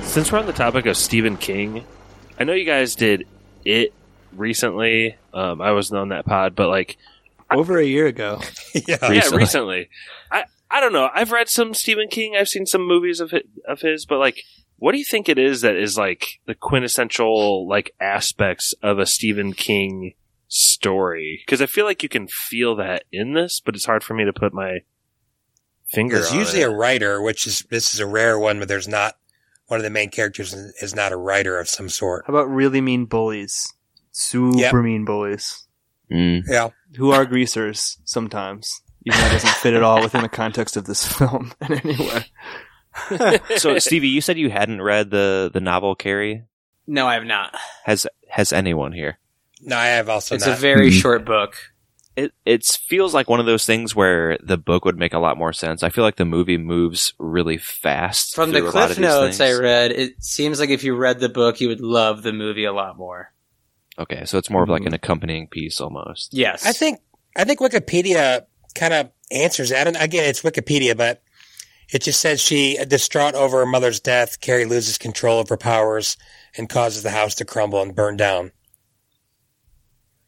Speaker 4: Since we're on the topic of Stephen King, I know you guys did it recently. Um, I wasn't on that pod, but like
Speaker 6: Over a year
Speaker 4: *laughs*
Speaker 6: ago,
Speaker 3: yeah.
Speaker 4: yeah, recently. I I don't know. I've read some Stephen King. I've seen some movies of his, of his, but like, what do you think it is that is like the quintessential like aspects of a Stephen King story? Because I feel like you can feel that in this, but it's hard for me to put my finger.
Speaker 3: There's
Speaker 4: on
Speaker 3: usually
Speaker 4: it.
Speaker 3: a writer, which is this is a rare one, but there's not one of the main characters is is not a writer of some sort.
Speaker 6: How about really mean bullies? Super
Speaker 3: Yep.
Speaker 6: mean bullies. Mm.
Speaker 3: Yeah.
Speaker 6: Who are greasers sometimes, even though it doesn't fit at all within the context of this *laughs* film in any way.
Speaker 1: so Stevie, you said you hadn't read the the novel Carrie.
Speaker 2: No, I have not.
Speaker 1: Has has anyone here?
Speaker 3: No, I have also.
Speaker 2: It's
Speaker 3: not.
Speaker 2: a very
Speaker 1: Hmm.
Speaker 2: short book.
Speaker 1: It it feels like one of those things where the book would make a lot more sense. I feel like the movie moves really fast.
Speaker 2: From the
Speaker 1: through a lot
Speaker 2: cliff
Speaker 1: of these
Speaker 2: notes I
Speaker 1: things.
Speaker 2: read, it seems like if you read the book, you would love the movie a lot more.
Speaker 1: Okay, so it's more of like an accompanying piece almost.
Speaker 2: Yes,
Speaker 3: I think I think Wikipedia kind of answers that. And again, it's Wikipedia, but it just says she, distraught over her mother's death, Carrie loses control of her powers and causes the house to crumble and burn down.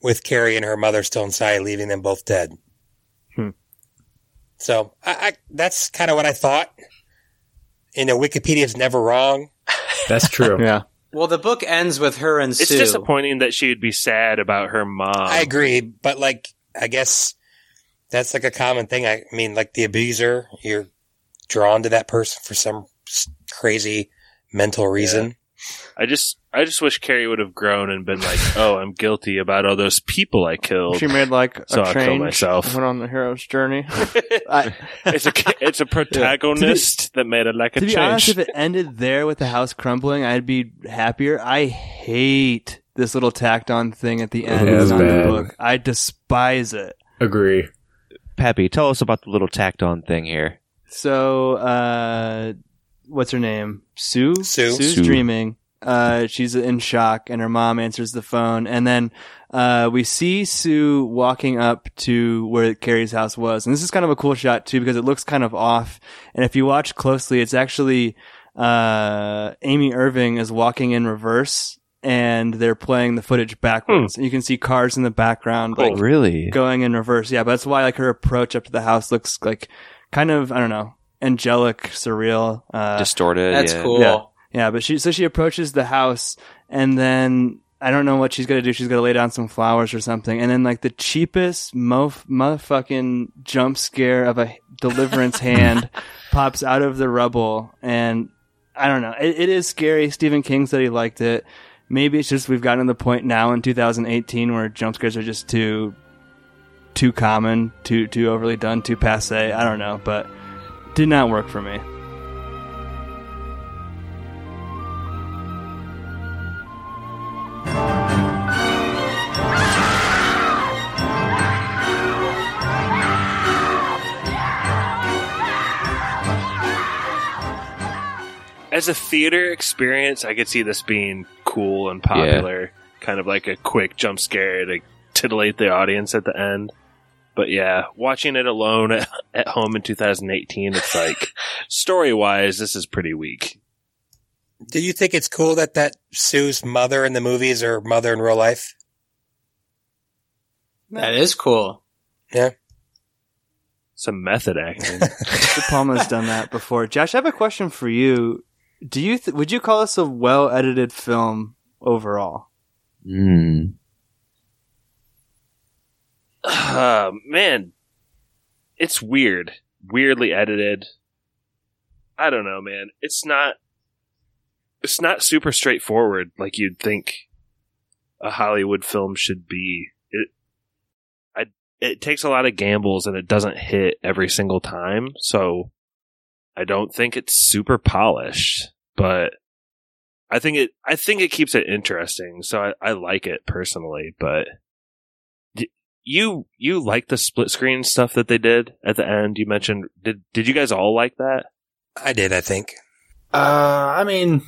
Speaker 3: With Carrie and her mother still inside, leaving them both dead.
Speaker 6: Hmm.
Speaker 3: So I, I that's kind of what I thought. You know, Wikipedia's never wrong.
Speaker 5: That's *laughs* true.
Speaker 6: yeah.
Speaker 2: Well, the book ends with her and
Speaker 4: It's
Speaker 2: Sue.
Speaker 4: disappointing that she would be sad about her mom.
Speaker 3: I agree, but like I guess that's like a common thing. I mean, like the abuser, you're drawn to that person for some s- crazy mental reason.
Speaker 4: I just, I just wish Carrie would have grown and been like, "Oh, I'm guilty about all those people I killed."
Speaker 6: She made like a
Speaker 4: so I killed
Speaker 6: change.
Speaker 4: myself.
Speaker 6: Went on the hero's
Speaker 4: *laughs*
Speaker 6: journey. *laughs* I,
Speaker 4: it's a,
Speaker 6: *laughs*
Speaker 4: it's a protagonist that made it like a
Speaker 6: to be
Speaker 4: change.
Speaker 6: honest, if it ended there with the house crumbling, I'd be happier. I hate this little tacked on thing at the end.
Speaker 5: Yeah,
Speaker 6: that's
Speaker 5: it's
Speaker 6: on the
Speaker 5: bad.
Speaker 6: book. I despise it.
Speaker 5: Agree.
Speaker 1: Pappy, tell us about the little tacked on thing here.
Speaker 6: So, uh, what's her name? Sue?
Speaker 3: Sue.
Speaker 6: Sue's
Speaker 1: Sue.
Speaker 6: dreaming. Uh, she's in shock and her mom answers the phone. And then, uh, we see Sue walking up to where Carrie's house was. And this is kind of a cool shot too because it looks kind of off. And if you watch closely, it's actually, uh, Amy Irving is walking in reverse and they're playing the footage backwards. And you can see cars in the background.
Speaker 1: Oh,
Speaker 6: like,
Speaker 1: really?
Speaker 6: going in reverse. Yeah, but that's why like her approach up to the house looks like kind of I don't know angelic, surreal, uh,
Speaker 1: Distorted.
Speaker 2: That's
Speaker 1: yeah.
Speaker 2: cool.
Speaker 6: Yeah, yeah. But she so she approaches the house and then I don't know what she's gonna do. She's gonna lay down some flowers or something, and then like the cheapest mo- motherfucking jump scare of a
Speaker 1: *laughs*
Speaker 6: deliverance hand pops out of the rubble and. I don't know. It, it is scary. Stephen King said he liked it. Maybe it's just we've gotten to the point now in 2018 where jump scares are just too too common, too too overly done, too passe. I don't know, but did not work for me.
Speaker 4: as a theater experience, I could see this being cool and popular, kind of like a quick jump scare to titillate the audience at the end. But yeah, watching it alone *laughs* at, at home in 2018, it's
Speaker 3: *laughs*
Speaker 4: like story wise, this is pretty weak.
Speaker 3: Do you think it's cool that that Sue's mother in the movies or mother in real life?
Speaker 2: That is cool.
Speaker 3: Yeah.
Speaker 4: Some method acting.
Speaker 6: De Palma's done that before. Josh, I have a question for you. Do you th- would you call this a well edited film overall?
Speaker 1: Mm.
Speaker 4: uh, man, it's weird, weirdly edited. I don't know, man. It's not. It's not super straightforward like you'd think a Hollywood film should be. It, I, it takes a lot of gambles and it doesn't hit every single time. So I don't think it's super polished, but I think it. I think it keeps it interesting. So I, I like it personally, but you you like the split screen stuff that they did at the end you mentioned did did you guys all like that
Speaker 3: I did, I think.
Speaker 5: Uh, I mean,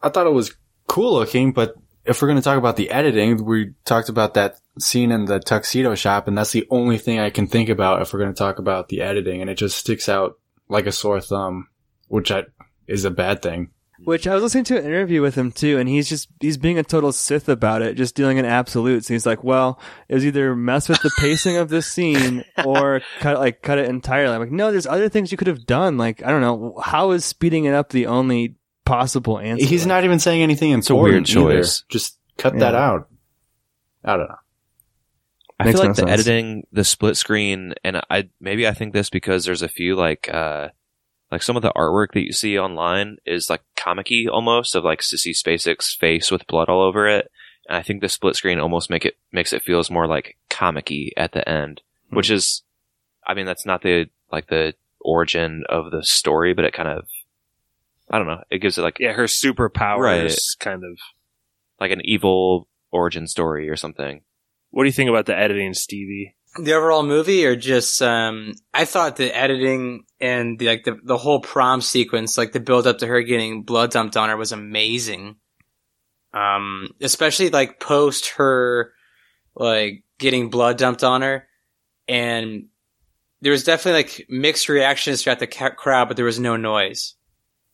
Speaker 5: I thought it was cool looking, but if we're going to talk about the editing, we talked about that scene in the tuxedo shop, and that's the only thing I can think about if we're going to talk about the editing, and it just sticks out like a sore thumb, which I, is a bad thing.
Speaker 6: Which I was listening to an interview with him too, and he's just he's being a total Sith about it, just dealing in absolutes. And he's like, "Well, it was either mess with the pacing of this *laughs* scene or cut like cut it entirely." I'm like, "No, there's other things you could have done. Like I don't know, how is speeding it up the only possible answer?"
Speaker 5: He's not even saying anything
Speaker 1: a weird
Speaker 5: important either.
Speaker 1: choice.
Speaker 5: Just cut
Speaker 6: Yeah.
Speaker 5: that out. I don't know.
Speaker 1: I
Speaker 6: Makes
Speaker 1: feel
Speaker 6: no
Speaker 1: like the
Speaker 6: sense. *laughs*
Speaker 1: editing, the split screen, and I maybe I think this because there's a few like uh Like some of the artwork that you see online is like comicky almost of like Sissy Spacek's face with blood all over it. And I think the split screen almost make it makes it feels more like comicky at the end,
Speaker 6: Hmm.
Speaker 1: which is, I mean, that's not the like the origin of the story, but it kind of, I don't know, it gives it like
Speaker 4: Yeah, her superpowers
Speaker 1: Right.
Speaker 4: kind of.
Speaker 1: like an evil origin story or something.
Speaker 4: What do you think about the editing, Stevie?
Speaker 2: the overall movie or just um i thought the editing and the, like the, the whole prom sequence like the build up to her getting blood dumped on her was amazing um especially like post her like getting blood dumped on her and there was definitely like mixed reactions throughout the ca- crowd but there was no noise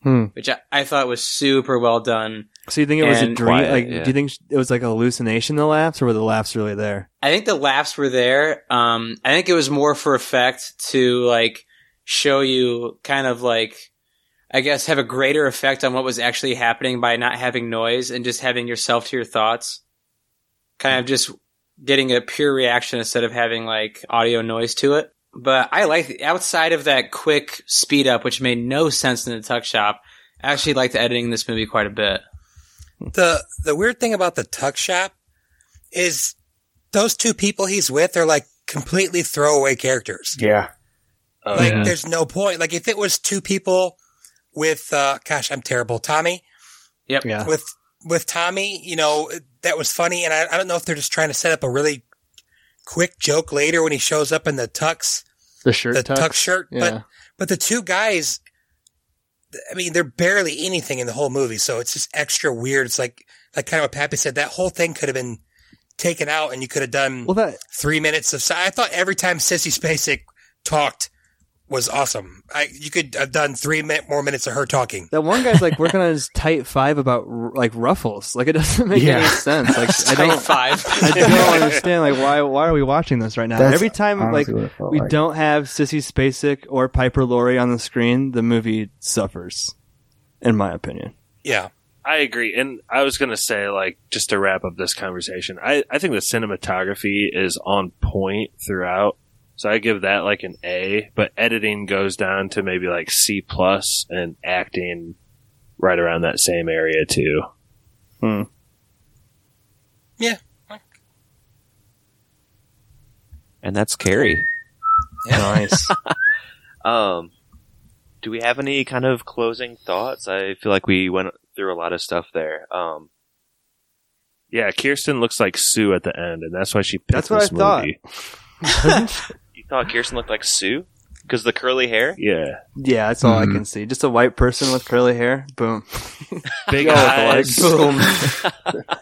Speaker 6: Hmm.
Speaker 2: which I, I thought was super well done
Speaker 6: So you think it was a
Speaker 2: And-
Speaker 6: dream? like, do you think sh- it was like a hallucination? The laughs, or were the laughs really there?
Speaker 2: I think the laughs were there. Um, I think it was more for effect to like show you kind of like, I guess, have a greater effect on what was actually happening by not having noise and just having yourself to your thoughts. Kind of just getting a pure reaction instead of having like audio noise to it. But I like outside of that quick speed up, which made no sense in the tuck shop. I actually liked the editing in this movie quite a bit.
Speaker 3: The the weird thing about the tuck shop is those two people he's with are like completely throwaway characters.
Speaker 5: Yeah.
Speaker 3: like there's no point. Like if it was two people with uh gosh, I'm terrible. Tommy.
Speaker 2: Yep.
Speaker 6: Yeah.
Speaker 3: With with Tommy, you know, that was funny and I, I don't know if they're just trying to set up a really quick joke later when he shows up in the tux
Speaker 6: The shirt,
Speaker 3: the
Speaker 6: tucks?
Speaker 3: tuck shirt.
Speaker 6: Yeah.
Speaker 3: But but the two guys, I mean, they're barely anything in the whole movie, so it's just extra weird. It's like like kind of what Pappy said. That whole thing could have been taken out, and you could have done
Speaker 6: well that
Speaker 3: three minutes of. si- I thought every time Sissy Spacek talked was awesome. I you could have done three min- more minutes of her talking.
Speaker 6: That one guy's like
Speaker 3: *laughs*
Speaker 6: working on his tight five about r- like ruffles. Like it doesn't make any
Speaker 3: Yeah.
Speaker 6: sense. Like I
Speaker 3: Tight
Speaker 6: don't,
Speaker 3: five.
Speaker 6: I
Speaker 3: *laughs*
Speaker 6: don't understand. Like why why are we watching this right now?
Speaker 18: That's
Speaker 6: Every time like
Speaker 18: honestly what it felt
Speaker 6: we
Speaker 18: like.
Speaker 6: don't have Sissy Spacek or Piper Laurie on the screen, the movie suffers, in my opinion.
Speaker 3: Yeah.
Speaker 4: I agree. And I was going to say, like, just to wrap up this conversation, I, I think the cinematography is on point throughout. So I give that like an A, but editing goes down to maybe like C plus and acting right around that same area too.
Speaker 6: Hmm.
Speaker 3: Yeah.
Speaker 1: And that's Carrie.
Speaker 3: *laughs*
Speaker 6: Nice.
Speaker 1: um, do we have any kind of closing thoughts? I
Speaker 4: *laughs*
Speaker 1: feel *laughs* like we went through a lot of stuff there. Um,
Speaker 4: Yeah, Kirsten looks like Sue at the end, and that's why she
Speaker 1: That's
Speaker 4: picked
Speaker 1: what
Speaker 4: this
Speaker 1: I thought.
Speaker 4: movie.
Speaker 1: you thought Kirsten looked like Sue because the curly hair. *laughs*
Speaker 4: Yeah.
Speaker 6: Yeah, that's all I can see. Just a white person with curly hair.
Speaker 3: *laughs*
Speaker 6: Boom.
Speaker 4: Big
Speaker 6: Y'all look
Speaker 4: *laughs*
Speaker 1: *laughs*
Speaker 4: eyes.
Speaker 6: alike. Boom. *laughs*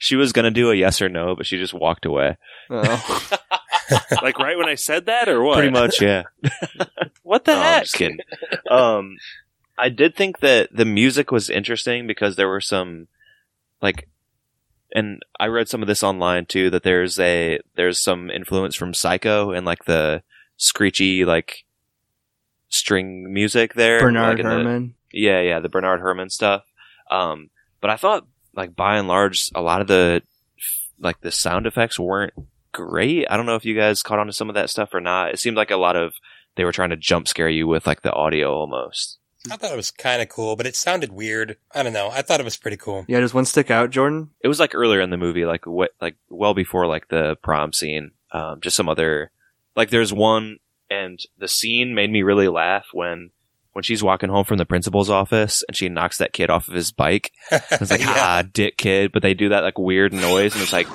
Speaker 1: She was gonna do a yes or no, but she just walked away. Oh.
Speaker 4: *laughs* like right when I said that, or what?
Speaker 1: Pretty much, *laughs* yeah.
Speaker 4: what the
Speaker 1: No,
Speaker 4: heck?
Speaker 1: I'm just *laughs* kidding. Um, I did think that the music was interesting because there were some, like, and I read some of this online too. That there's a there's some influence from Psycho and like the screechy like string music there.
Speaker 6: Bernard
Speaker 1: like, in the-
Speaker 6: Herrmann.
Speaker 1: yeah, yeah, the Bernard Herman stuff. Um, but I thought like by and large, a lot of the like the sound effects weren't great. I don't know if you guys caught on to some of that stuff or not. It seemed like a lot of they were trying to jump scare you with like the audio almost.
Speaker 3: I thought it was kind of cool, but it sounded weird. I don't know. I thought it was pretty cool.
Speaker 6: Yeah, does one stick out, Jordan?
Speaker 1: It was like earlier in the movie, like what, like well before like the prom scene. Um, just some other like there's one, and the scene made me really laugh when when she's walking home from the principal's office and she knocks that kid off of his bike. It's like ah, dick kid, but they do that like weird noise, and it's like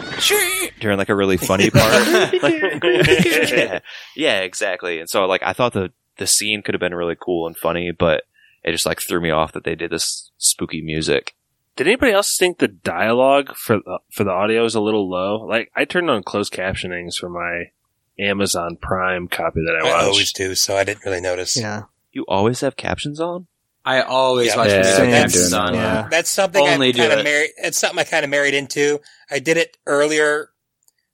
Speaker 1: *laughs* during like a really funny part. yeah, *laughs* yeah, exactly. And so like I thought the the scene could have been really cool and funny, but it just like threw me off that they did this spooky music.
Speaker 4: Did anybody else think the dialogue for the, for the audio is a little low? Like I turned on closed captionings for my Amazon Prime copy that I
Speaker 3: I
Speaker 4: watched.
Speaker 3: always do, so I didn't really notice.
Speaker 6: Yeah.
Speaker 1: You
Speaker 4: *laughs*
Speaker 1: always have captions on?
Speaker 2: I always
Speaker 3: Yeah.
Speaker 2: watch
Speaker 1: Yeah,
Speaker 2: yeah,
Speaker 1: I've been
Speaker 2: Max
Speaker 1: doing that
Speaker 2: on.
Speaker 1: a lot.
Speaker 3: That's something
Speaker 2: Only
Speaker 3: I
Speaker 2: do
Speaker 3: kind
Speaker 2: it.
Speaker 3: of married. It's something I kind of married into. I did it earlier,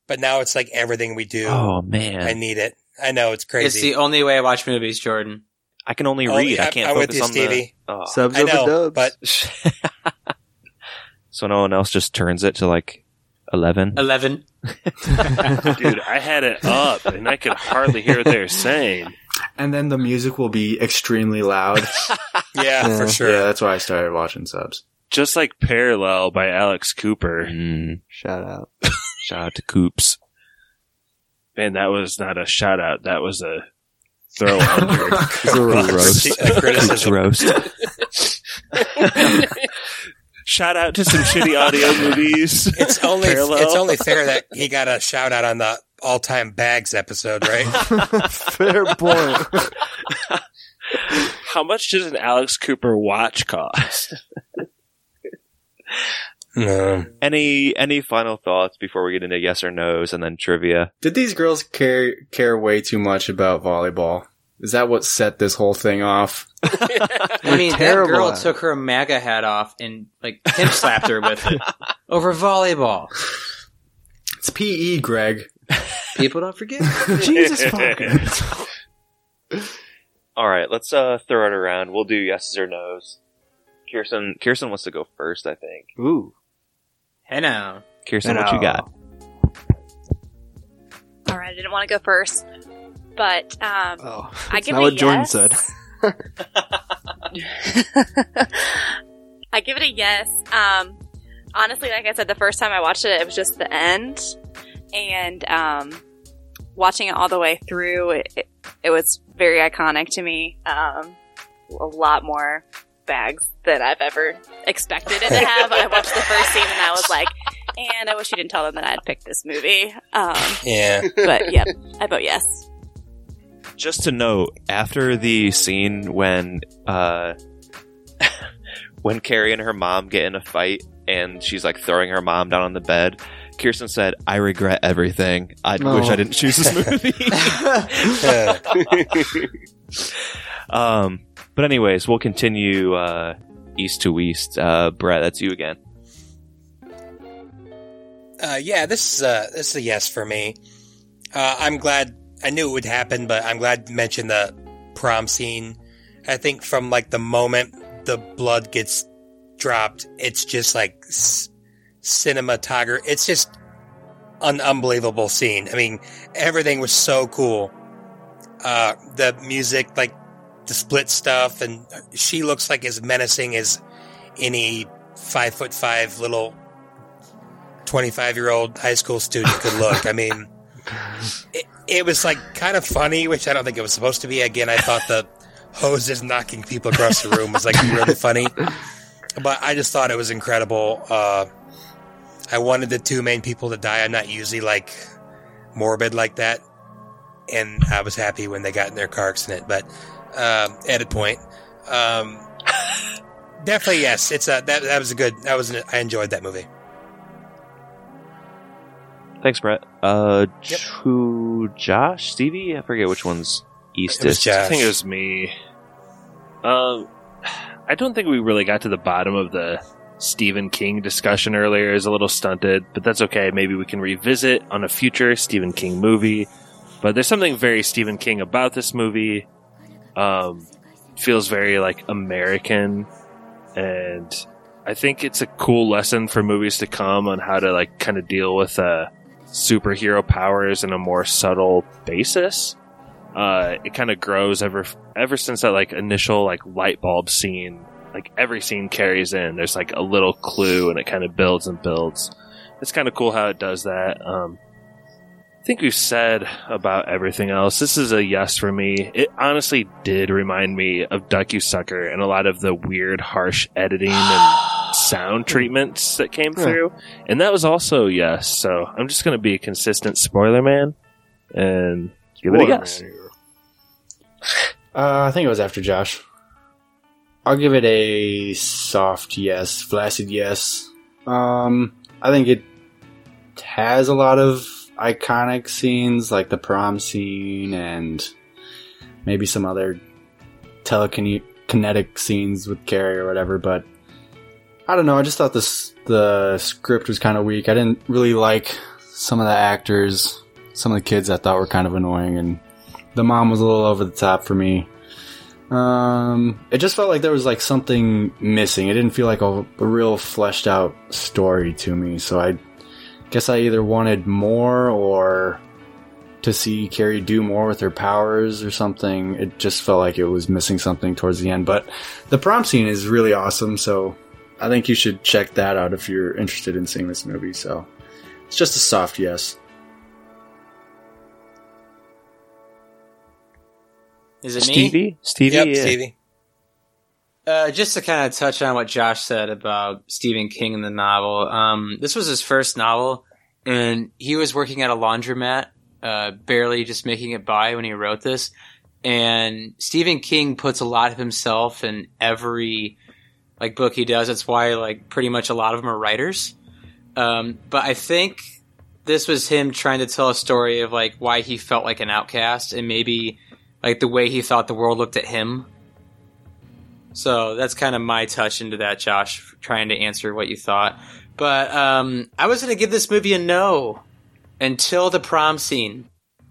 Speaker 3: but now it's like everything we do.
Speaker 1: Oh, man.
Speaker 3: I need it. I know it's crazy.
Speaker 2: It's the only way I watch movies, Jordan.
Speaker 1: I can only
Speaker 3: Oh, read. I yeah, can't I'm with focus you, on the- Stevie. oh. Subs I over know, dubs.
Speaker 1: But *laughs*
Speaker 3: *laughs*
Speaker 1: So no one else just turns it to like eleven.
Speaker 5: *laughs*
Speaker 2: Eleven.
Speaker 4: Dude, I had it up and I could hardly hear what they were saying.
Speaker 5: and then the music will be extremely
Speaker 4: *laughs*
Speaker 5: loud.
Speaker 3: yeah,
Speaker 5: for sure. Yeah, that's why I started watching subs.
Speaker 4: Just like Parallel Oh, by Alex Cooper.
Speaker 6: shout out.
Speaker 1: Mm. *laughs* shout out to Coops.
Speaker 4: Man, that was not a shout out. That was a
Speaker 1: *laughs*
Speaker 4: throw under.
Speaker 1: It's a roast. A criticism. Coops
Speaker 4: shout out to some
Speaker 3: *laughs*
Speaker 4: shitty audio movies.
Speaker 3: It's only
Speaker 4: Parallel.
Speaker 3: it's only fair that he got a shout out on the all time bags episode, *laughs* right?
Speaker 6: Fair point.
Speaker 4: *laughs* How much does an Alex Cooper
Speaker 1: *laughs*
Speaker 4: watch cost?
Speaker 1: Any any final thoughts before we get into yes or no's and then trivia?
Speaker 5: Did these girls care care way too much about volleyball? Is that what set this whole thing off?
Speaker 2: I mean, that
Speaker 5: terrible
Speaker 2: girl
Speaker 5: at it.
Speaker 2: took her MAGA hat off and like hip slapped her with
Speaker 5: *laughs*
Speaker 2: it over volleyball.
Speaker 5: It's PE, Greg.
Speaker 2: People don't
Speaker 5: *laughs*
Speaker 2: forget.
Speaker 6: Jesus
Speaker 4: *laughs*
Speaker 6: fucking.
Speaker 1: All right, let's uh, throw it around. We'll do yeses or nos. Kirsten Kirsten wants to go first, I think.
Speaker 6: Ooh.
Speaker 2: Hello.
Speaker 1: Kirsten, what you got?
Speaker 7: All right, I didn't want to go first, but um, I
Speaker 6: Oh, That's
Speaker 7: give
Speaker 6: not
Speaker 7: it
Speaker 6: what
Speaker 7: a
Speaker 6: Jordan
Speaker 7: yes. *laughs*
Speaker 6: said.
Speaker 7: *laughs* I give it a yes. Um, honestly, like I said, the first time I watched it, it was just the end, and um, watching it all the way through, it, it, it was very iconic to me. Um, a lot more bags than I've ever expected it to have. I watched the first scene and I was like, and I wish you didn't tell them that I'd picked this movie. Um,
Speaker 3: Yeah.
Speaker 7: but yep, I vote yes.
Speaker 1: Just to note, after the scene when uh, *laughs* when Carrie and her mom get in a fight and she's like throwing her mom down on the bed, Kirsten said, "I regret everything. I
Speaker 6: No.
Speaker 1: wish I didn't
Speaker 12: *laughs*
Speaker 1: choose this movie." um, but anyways, we'll continue uh, east to east. Uh, Brett, that's you again.
Speaker 3: Uh, yeah, this is a this is a yes for me. Uh, I'm glad I knew it would happen, but I'm glad you mentioned the prom scene. I think from like the moment the blood gets dropped, it's just like s- cinematography. It's just an unbelievable scene. I mean, everything was so cool. Uh, the music, like the split stuff, and she looks like as menacing as any five foot five little 25 year old high school student could look. I mean, it, it was like kind of funny, which I don't think it was supposed to be. Again, I thought the hoses knocking people across the room was like really funny, but I just thought it was incredible. Uh, I wanted the two main people to die. I'm not usually like morbid like that. And I was happy when they got in their car accident, but, um, edit point. Um, *laughs* definitely yes. It's a, that, that was a good, that was, an, I enjoyed that movie.
Speaker 1: Thanks, Brett. Uh, to Josh, Stevie, I forget which one's eastest.
Speaker 4: I think it was me. Um, I don't think we really got to the bottom of the Stephen King discussion earlier. Is a little stunted, but that's okay. Maybe we can revisit on a future Stephen King movie. But there's something very Stephen King about this movie. Um, feels very like American, and I think it's a cool lesson for movies to come on how to like kind of deal with uh, superhero powers in a more subtle basis uh, it kind of grows ever ever since that like initial like light bulb scene. Like every scene carries in. There's like a little clue, and it kind of builds and builds. It's kind of cool how it does that. Um, I think we've said about everything else. This is a yes for me. It honestly did remind me of Duck You Sucker and a lot of the weird, harsh editing
Speaker 1: *gasps*
Speaker 4: and sound treatments that came
Speaker 6: Yeah.
Speaker 4: through. And that was also a yes. So I'm just going to be a consistent spoiler man and give it a
Speaker 5: Spoiler
Speaker 4: yes.
Speaker 5: Uh, I think it was after Josh. I'll give it a soft yes, flaccid yes. Um, I think it has a lot of iconic scenes, like the prom scene and maybe some other telekinetic scenes with Carrie or whatever. But I don't know. I just thought this the script was kind of weak. I didn't really like some of the actors. Some of the kids I thought were kind of annoying, and the mom was a little over the top for me. Um, it just felt like there was like something missing. It didn't feel like a, a real fleshed out story to me. So I guess I either wanted more or to see Carrie do more with her powers or something. It just felt like it was missing something towards the end. But the prom scene is really awesome, so I think you should check that out if you're interested in seeing this movie. So it's just a soft yes.
Speaker 2: Is it me?
Speaker 1: Stevie? Stevie?
Speaker 2: Yep,
Speaker 1: yeah.
Speaker 2: Stevie. Uh, just to kind of touch on what Josh said about Stephen King in the novel, um, this was his first novel, and he was working at a laundromat, uh, barely just making it by when he wrote this. And Stephen King puts a lot of himself in every like book he does. That's why like pretty much a lot of them are writers. Um, but I think this was him trying to tell a story of like why he felt like an outcast and maybe like the way he thought the world looked at him. So that's kind of my touch into that, Josh, trying to answer what you thought. But um, I was going to give this movie a no until the prom scene.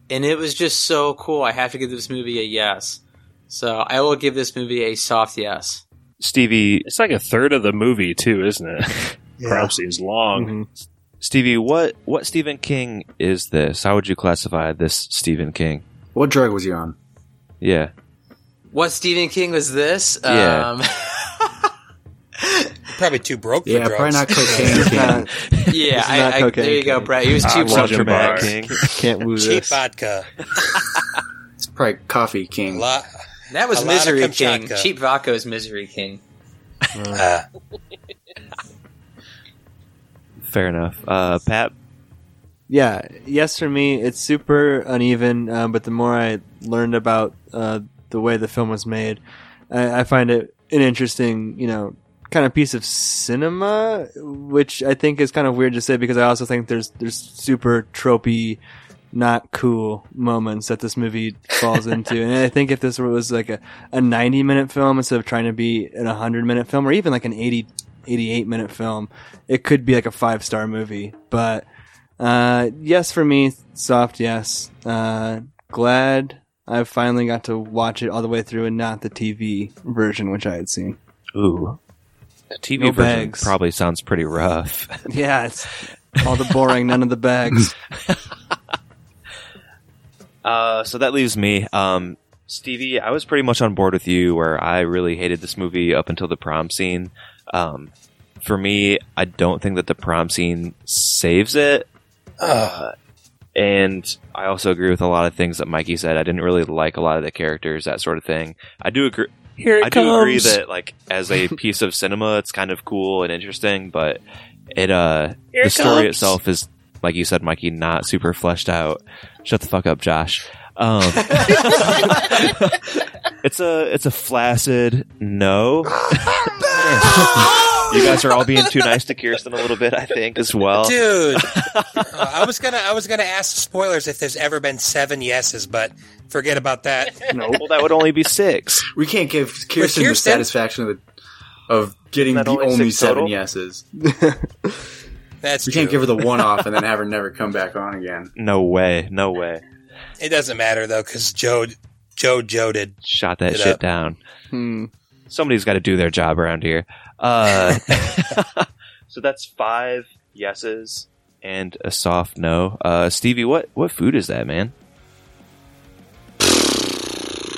Speaker 2: And it was just so cool. I have to give this movie a yes. So I will give this movie a soft yes.
Speaker 1: Stevie.
Speaker 4: It's like a third of the movie, too,
Speaker 1: *laughs*
Speaker 4: isn't it? *laughs* Prom scene's long.
Speaker 1: Mm-hmm. Stevie, what, what Stephen King is this? How would you classify this Stephen King?
Speaker 5: What drug was he on?
Speaker 1: Yeah.
Speaker 2: What Stephen King was this?
Speaker 1: Yeah.
Speaker 2: Um,
Speaker 3: *laughs* Probably too broke for
Speaker 5: Yeah, probably
Speaker 3: drugs. *laughs*
Speaker 5: not cocaine. King.
Speaker 2: yeah,
Speaker 5: This is not
Speaker 2: I, I,
Speaker 5: cocaine
Speaker 2: there you go,
Speaker 5: King.
Speaker 2: Brett. He was
Speaker 5: I
Speaker 2: too
Speaker 5: love
Speaker 2: broke
Speaker 5: Jim
Speaker 2: for
Speaker 5: Barr.
Speaker 2: that.
Speaker 6: Can't woo
Speaker 3: Cheap
Speaker 6: this.
Speaker 3: vodka.
Speaker 5: It's probably Coffee
Speaker 3: A
Speaker 5: King.
Speaker 3: lot.
Speaker 2: That was
Speaker 3: A lot of
Speaker 2: Misery King.
Speaker 3: Kamchatka.
Speaker 2: Cheap vodka was Misery King.
Speaker 1: *laughs*
Speaker 3: Uh,
Speaker 1: Fair enough. Uh, Pat?
Speaker 6: Yeah, yes for me. It's super uneven, um, but the more I learned about uh, the way the film was made, I, I find it an interesting, you know, kind of piece of cinema, which I think is kind of weird to say because I also think there's there's super tropey, not cool moments that this movie falls into, and I think if this was like a, a 90 minute film instead of trying to be an 100 minute film or even like an 80 88 minute film, it could be like a five star movie, but. Uh, yes for me, soft yes. Uh, glad I finally got to watch it all the way through and not the TV version, which I had seen.
Speaker 1: Ooh. TV
Speaker 6: No
Speaker 1: version
Speaker 6: bags.
Speaker 1: probably sounds pretty rough.
Speaker 6: *laughs* Yeah, it's all the boring, none of the bags.
Speaker 1: Uh, so that leaves me. Um, Stevie, I was pretty much on board with you where I really hated this movie up until the prom scene. Um, for me, I don't think that the prom scene saves it. Uh, and I also agree with a lot of things that Mikey said. I didn't really like a lot of the characters, that sort of thing. I do agree.
Speaker 4: Here it
Speaker 1: I do agree
Speaker 4: comes.
Speaker 1: that, like,
Speaker 5: *laughs*
Speaker 1: as a piece of cinema, it's kind of cool and interesting, but it, uh,
Speaker 4: Here
Speaker 1: the
Speaker 4: it
Speaker 1: story
Speaker 4: comes.
Speaker 1: itself is, like you said, Mikey, not super fleshed out. Shut the fuck up, Josh.
Speaker 3: *laughs*
Speaker 1: Um, it's a it's a flaccid
Speaker 3: *laughs*
Speaker 1: no. you guys are all being too nice to Kirsten a little bit, I think, as well.
Speaker 3: dude,
Speaker 1: *laughs*
Speaker 3: Uh, I was gonna, I was gonna ask spoilers if there's ever been seven yeses, but forget about that. *laughs*
Speaker 1: No, well, that would only be six.
Speaker 5: We can't give Kirsten,
Speaker 3: Kirsten?
Speaker 5: the satisfaction of, the, of getting
Speaker 1: Isn't that
Speaker 5: the
Speaker 1: only
Speaker 5: only,
Speaker 1: six
Speaker 5: seven
Speaker 1: total? *laughs*
Speaker 5: yeses.
Speaker 3: That's
Speaker 5: we can't
Speaker 3: true.
Speaker 5: give her the one off and then have her never come back on again.
Speaker 1: No way, no way.
Speaker 3: It doesn't matter though, because Joe, Joe, Joe did.
Speaker 1: Shot that
Speaker 3: Get
Speaker 1: shit
Speaker 3: up.
Speaker 1: down.
Speaker 6: Hmm.
Speaker 1: Somebody's got to do their job around here. Uh, so that's five yeses and a soft no. Uh, Stevie, what what food is that, man?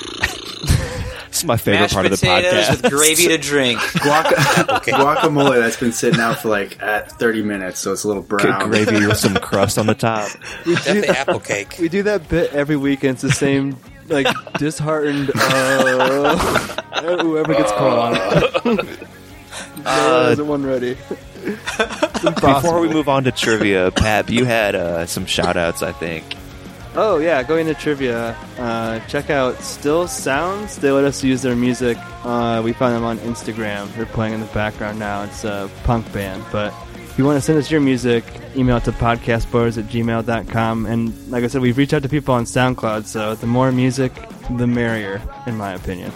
Speaker 1: *laughs* this is my favorite
Speaker 2: Mashed
Speaker 1: part of the
Speaker 2: potatoes
Speaker 1: podcast.
Speaker 2: with
Speaker 1: *laughs*
Speaker 2: gravy to
Speaker 5: *laughs*
Speaker 2: drink.
Speaker 5: Guaca- Guacamole that's been sitting out for like at 30 minutes, so it's a little
Speaker 1: Good
Speaker 5: brown. *laughs*
Speaker 1: gravy with some crust on
Speaker 2: *laughs*
Speaker 1: the top.
Speaker 6: We do,
Speaker 3: Definitely apple cake.
Speaker 6: we do that bit every week, and it's the same, like, disheartened, oh, *laughs* whoever gets called on. *laughs*
Speaker 1: Uh,
Speaker 6: There's one ready.
Speaker 1: Before we move on to trivia, Pap, you had uh, some shout outs, I think.
Speaker 6: Oh yeah, going to trivia. Uh, check out Still Sounds. They let us use their music. Uh, we found them on Instagram. They're playing in the background now. It's a punk band, but if you want to send us your music, email it to podcastbars at gmail.com. And like I said, we've reached out to people on SoundCloud, so the more music, the merrier, in my opinion.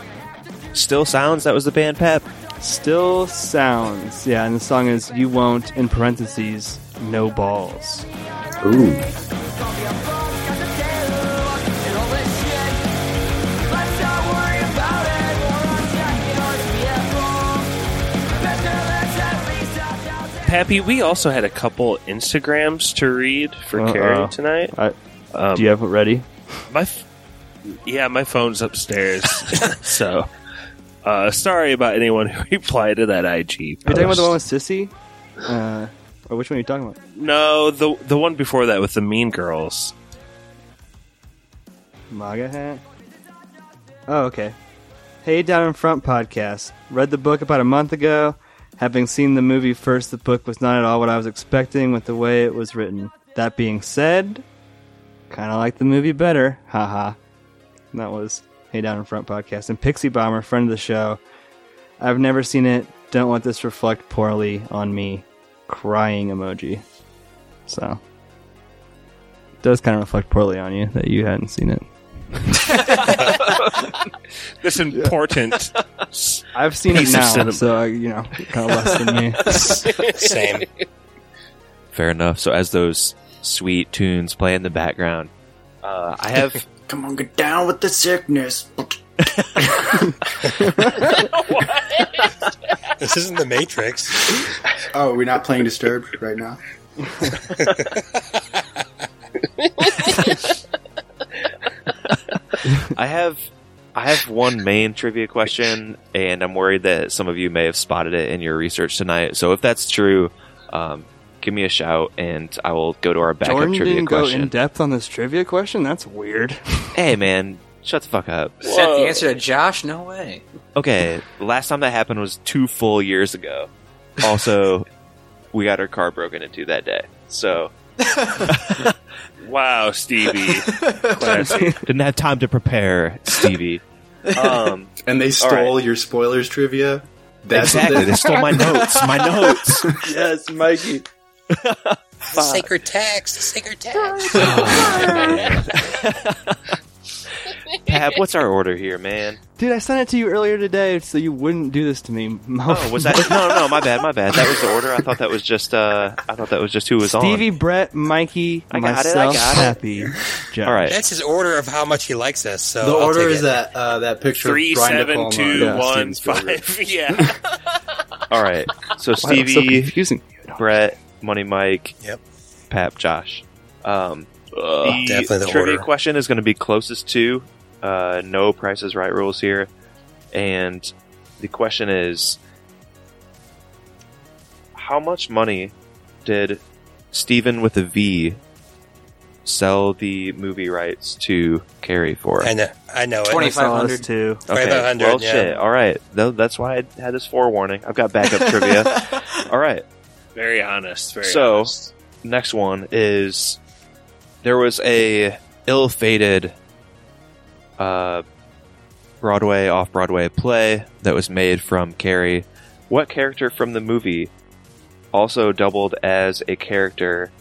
Speaker 1: Still Sounds, that was the band, Pap.
Speaker 6: Still Sounds. Yeah, and the song is You Won't, in parentheses, No Balls.
Speaker 5: Ooh.
Speaker 4: Pappy, we also had a couple Instagrams to read for
Speaker 6: Uh-oh.
Speaker 4: Carrie tonight.
Speaker 6: I,
Speaker 4: Um,
Speaker 18: Do you have it ready?
Speaker 4: my f- yeah, my
Speaker 6: *laughs*
Speaker 4: phone's upstairs. *laughs* so uh, sorry about anyone who *laughs* replied to that IG.
Speaker 6: You're talking about the
Speaker 4: post.
Speaker 6: one with Sissy? Uh, or which one are you talking about?
Speaker 4: No, the the one before that with the Mean Girls.
Speaker 6: MAGA hat? Oh, okay. Hey, Down in Front podcast. Read the book about a month ago. Having seen the movie first, the book was not at all what I was expecting with the way it was written. That being said, kind of like the movie better. Haha. And that was Hey Down in Front podcast. And Pixie Bomber, friend of the show. I've never seen it. Don't let this reflect poorly on me. Crying emoji. So, it does kind of reflect poorly on you that you hadn't seen it. *laughs*
Speaker 4: This important.
Speaker 6: I've seen it
Speaker 4: piece of
Speaker 6: now,
Speaker 4: cinema.
Speaker 6: so uh, you know, kind of less
Speaker 4: *laughs*
Speaker 6: than
Speaker 1: *laughs*
Speaker 6: me.
Speaker 3: Same.
Speaker 1: Fair enough. So as those sweet tunes play in the background, uh, I have
Speaker 5: *laughs* Come on, get down with the sickness. *laughs*
Speaker 3: this isn't the Matrix.
Speaker 5: Oh, we're not playing Disturbed right now.
Speaker 1: I have I have one main trivia question, and I'm worried that some of you may have spotted it in your research tonight. So if that's true, um, give me a shout, and I will go to our backup
Speaker 6: Jordan
Speaker 1: trivia
Speaker 6: didn't go
Speaker 1: question.
Speaker 6: in depth on this trivia question. That's weird.
Speaker 1: hey, man, shut the fuck up.
Speaker 2: Is that the answer to Josh? No way.
Speaker 1: Okay, last time that happened was two full years ago. Also, we got our car broken into that day. So
Speaker 6: *laughs*
Speaker 4: Wow, Stevie. Classy.
Speaker 1: didn't have time to prepare, Stevie. Um,
Speaker 5: *laughs* and they
Speaker 1: all right.
Speaker 5: stole your spoilers trivia. what
Speaker 1: exactly. They
Speaker 5: *laughs*
Speaker 1: stole my notes.
Speaker 6: *laughs*
Speaker 1: My notes.
Speaker 18: yes, Mikey.
Speaker 3: Sacred text. Sacred text.
Speaker 1: *laughs* Pap, what's our order here, man?
Speaker 6: Dude, I sent it to you earlier today, so you wouldn't do this to me.
Speaker 1: Oh,
Speaker 6: *laughs*
Speaker 1: was that? No, no, my bad, my bad. That was the order. I thought that was just. Uh, I thought that was just who was
Speaker 6: Stevie, Brett, Mikey,
Speaker 1: I got it, I
Speaker 6: myself,
Speaker 1: got it.
Speaker 6: Happy. Josh.
Speaker 1: *laughs* All right.
Speaker 3: That's his order of how much he likes us. So
Speaker 5: the
Speaker 3: I'll
Speaker 5: order
Speaker 3: take
Speaker 5: is
Speaker 3: it.
Speaker 5: that uh, that picture.
Speaker 4: Three,
Speaker 5: of Brian
Speaker 4: seven,
Speaker 5: De Palma
Speaker 4: two,
Speaker 5: and Steven
Speaker 4: one,
Speaker 5: Spielberg. *laughs*
Speaker 4: five. *laughs* Yeah.
Speaker 1: on. All right. So
Speaker 6: Why am I so
Speaker 1: Stevie,
Speaker 6: confusing?
Speaker 1: Brett, Money Mike,
Speaker 3: Yep.
Speaker 1: Pap, Josh. Um, the
Speaker 3: Definitely the
Speaker 1: trivia
Speaker 3: order.
Speaker 1: question is going to be closest to. Uh, no Price is Right rules here, and the question is, how much money did Steven with a V sell the movie rights to Carrie for?
Speaker 3: I know. I know. it.
Speaker 6: too.
Speaker 1: Okay.
Speaker 3: 2500,
Speaker 1: Well,
Speaker 3: yeah.
Speaker 1: shit. All right. Tho- that's why I had this forewarning. I've got backup trivia. All right.
Speaker 4: Very honest. Very
Speaker 1: so, next one is there was a ill-fated uh, Broadway off-Broadway play that was made from Carrie. What character from the movie also doubled as a character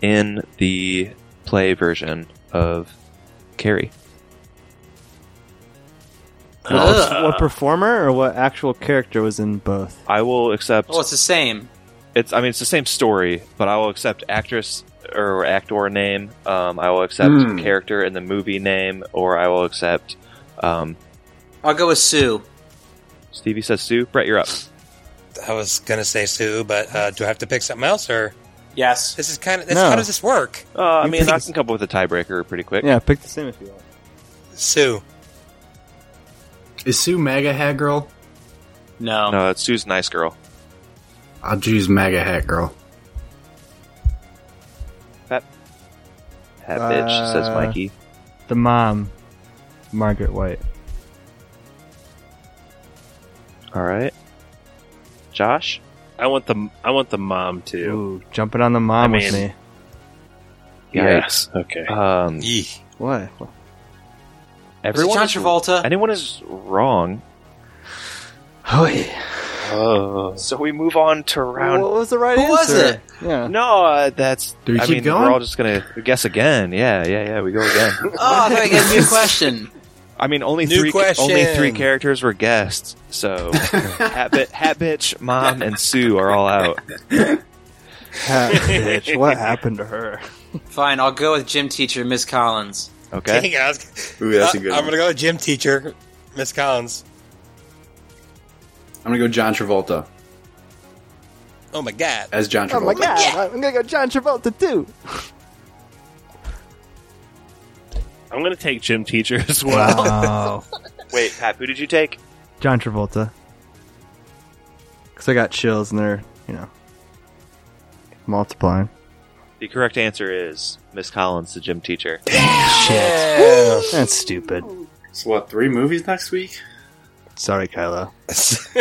Speaker 1: in the play version of Carrie?
Speaker 6: What, what performer or what actual character was in both?
Speaker 1: I will accept.
Speaker 2: Well, Oh, it's the same.
Speaker 1: It's. I mean, it's the same story, but I will accept actress or actor name. Um, I will accept
Speaker 5: Hmm.
Speaker 1: character in the movie name, or I will accept. Um,
Speaker 2: I'll go with Sue.
Speaker 1: Stevie says Sue. Brett, you're up.
Speaker 3: I was gonna say Sue, but uh, do I have to pick something else, or
Speaker 2: Yes.
Speaker 3: this is kind of this,
Speaker 6: No.
Speaker 3: how does this work?
Speaker 1: Uh, I
Speaker 3: You
Speaker 1: mean, I
Speaker 3: pick
Speaker 1: can come up with a tiebreaker pretty quick.
Speaker 6: Yeah, pick the same if you want.
Speaker 3: Sue.
Speaker 5: *laughs* Is Sue MAGA hat girl?
Speaker 2: No.
Speaker 1: No, it's Sue's nice girl.
Speaker 5: I'll choose MAGA hat girl.
Speaker 1: Hat bitch says
Speaker 6: Uh,
Speaker 1: Mikey.
Speaker 6: The mom, Margaret White.
Speaker 1: All right, Josh.
Speaker 4: I want the I want the mom too.
Speaker 6: Ooh, jumping on the mom
Speaker 4: I
Speaker 6: with
Speaker 4: mean- Uh,
Speaker 6: me.
Speaker 4: Yes. Okay.
Speaker 1: Um,
Speaker 3: Yeeh.
Speaker 6: What? What?
Speaker 1: everyone.
Speaker 2: John
Speaker 1: is-
Speaker 2: Travolta?
Speaker 1: Anyone is wrong.
Speaker 6: Oh, yeah.
Speaker 4: Oh.
Speaker 1: So *laughs* we move on to round.
Speaker 6: What was the right
Speaker 2: Who
Speaker 6: answer?
Speaker 2: was it?
Speaker 6: Yeah.
Speaker 1: No, uh, that's.
Speaker 5: Do we
Speaker 1: I
Speaker 5: keep
Speaker 1: mean,
Speaker 5: going?
Speaker 1: we're all just gonna guess again. Yeah, yeah, yeah. We go again.
Speaker 2: Oh, I thought I gave you a question.
Speaker 1: I mean, only
Speaker 3: New
Speaker 1: three
Speaker 3: question.
Speaker 1: only three characters were guests,
Speaker 5: *laughs*
Speaker 1: so hat, bit, hat bitch, mom, and Sue are all
Speaker 5: *laughs*
Speaker 1: out.
Speaker 6: Hat bitch. What happened to her?
Speaker 2: *laughs* Fine, I'll go with gym teacher Miss Collins.
Speaker 1: Okay,
Speaker 3: Dang, I was-
Speaker 5: Ooh, that's a good
Speaker 3: I, am
Speaker 5: one.
Speaker 3: Uh, gonna go with gym teacher, Miss Collins.
Speaker 5: I'm gonna go John Travolta
Speaker 3: Oh my
Speaker 1: *laughs*
Speaker 3: god.
Speaker 5: as John Travolta.
Speaker 6: I'm gonna go John Travolta too.
Speaker 4: I'm going to take gym teacher as well. *laughs*
Speaker 6: Wow.
Speaker 1: Wait, Pat, who did you take?
Speaker 6: John Travolta. Because I got chills and they're, you know, multiplying.
Speaker 1: The correct answer is Miss Collins, the gym teacher.
Speaker 6: Shit. That's stupid.
Speaker 5: So what? Three movies next week?
Speaker 6: Sorry,
Speaker 2: *laughs*
Speaker 6: Kylo. *sighs*
Speaker 3: Sp-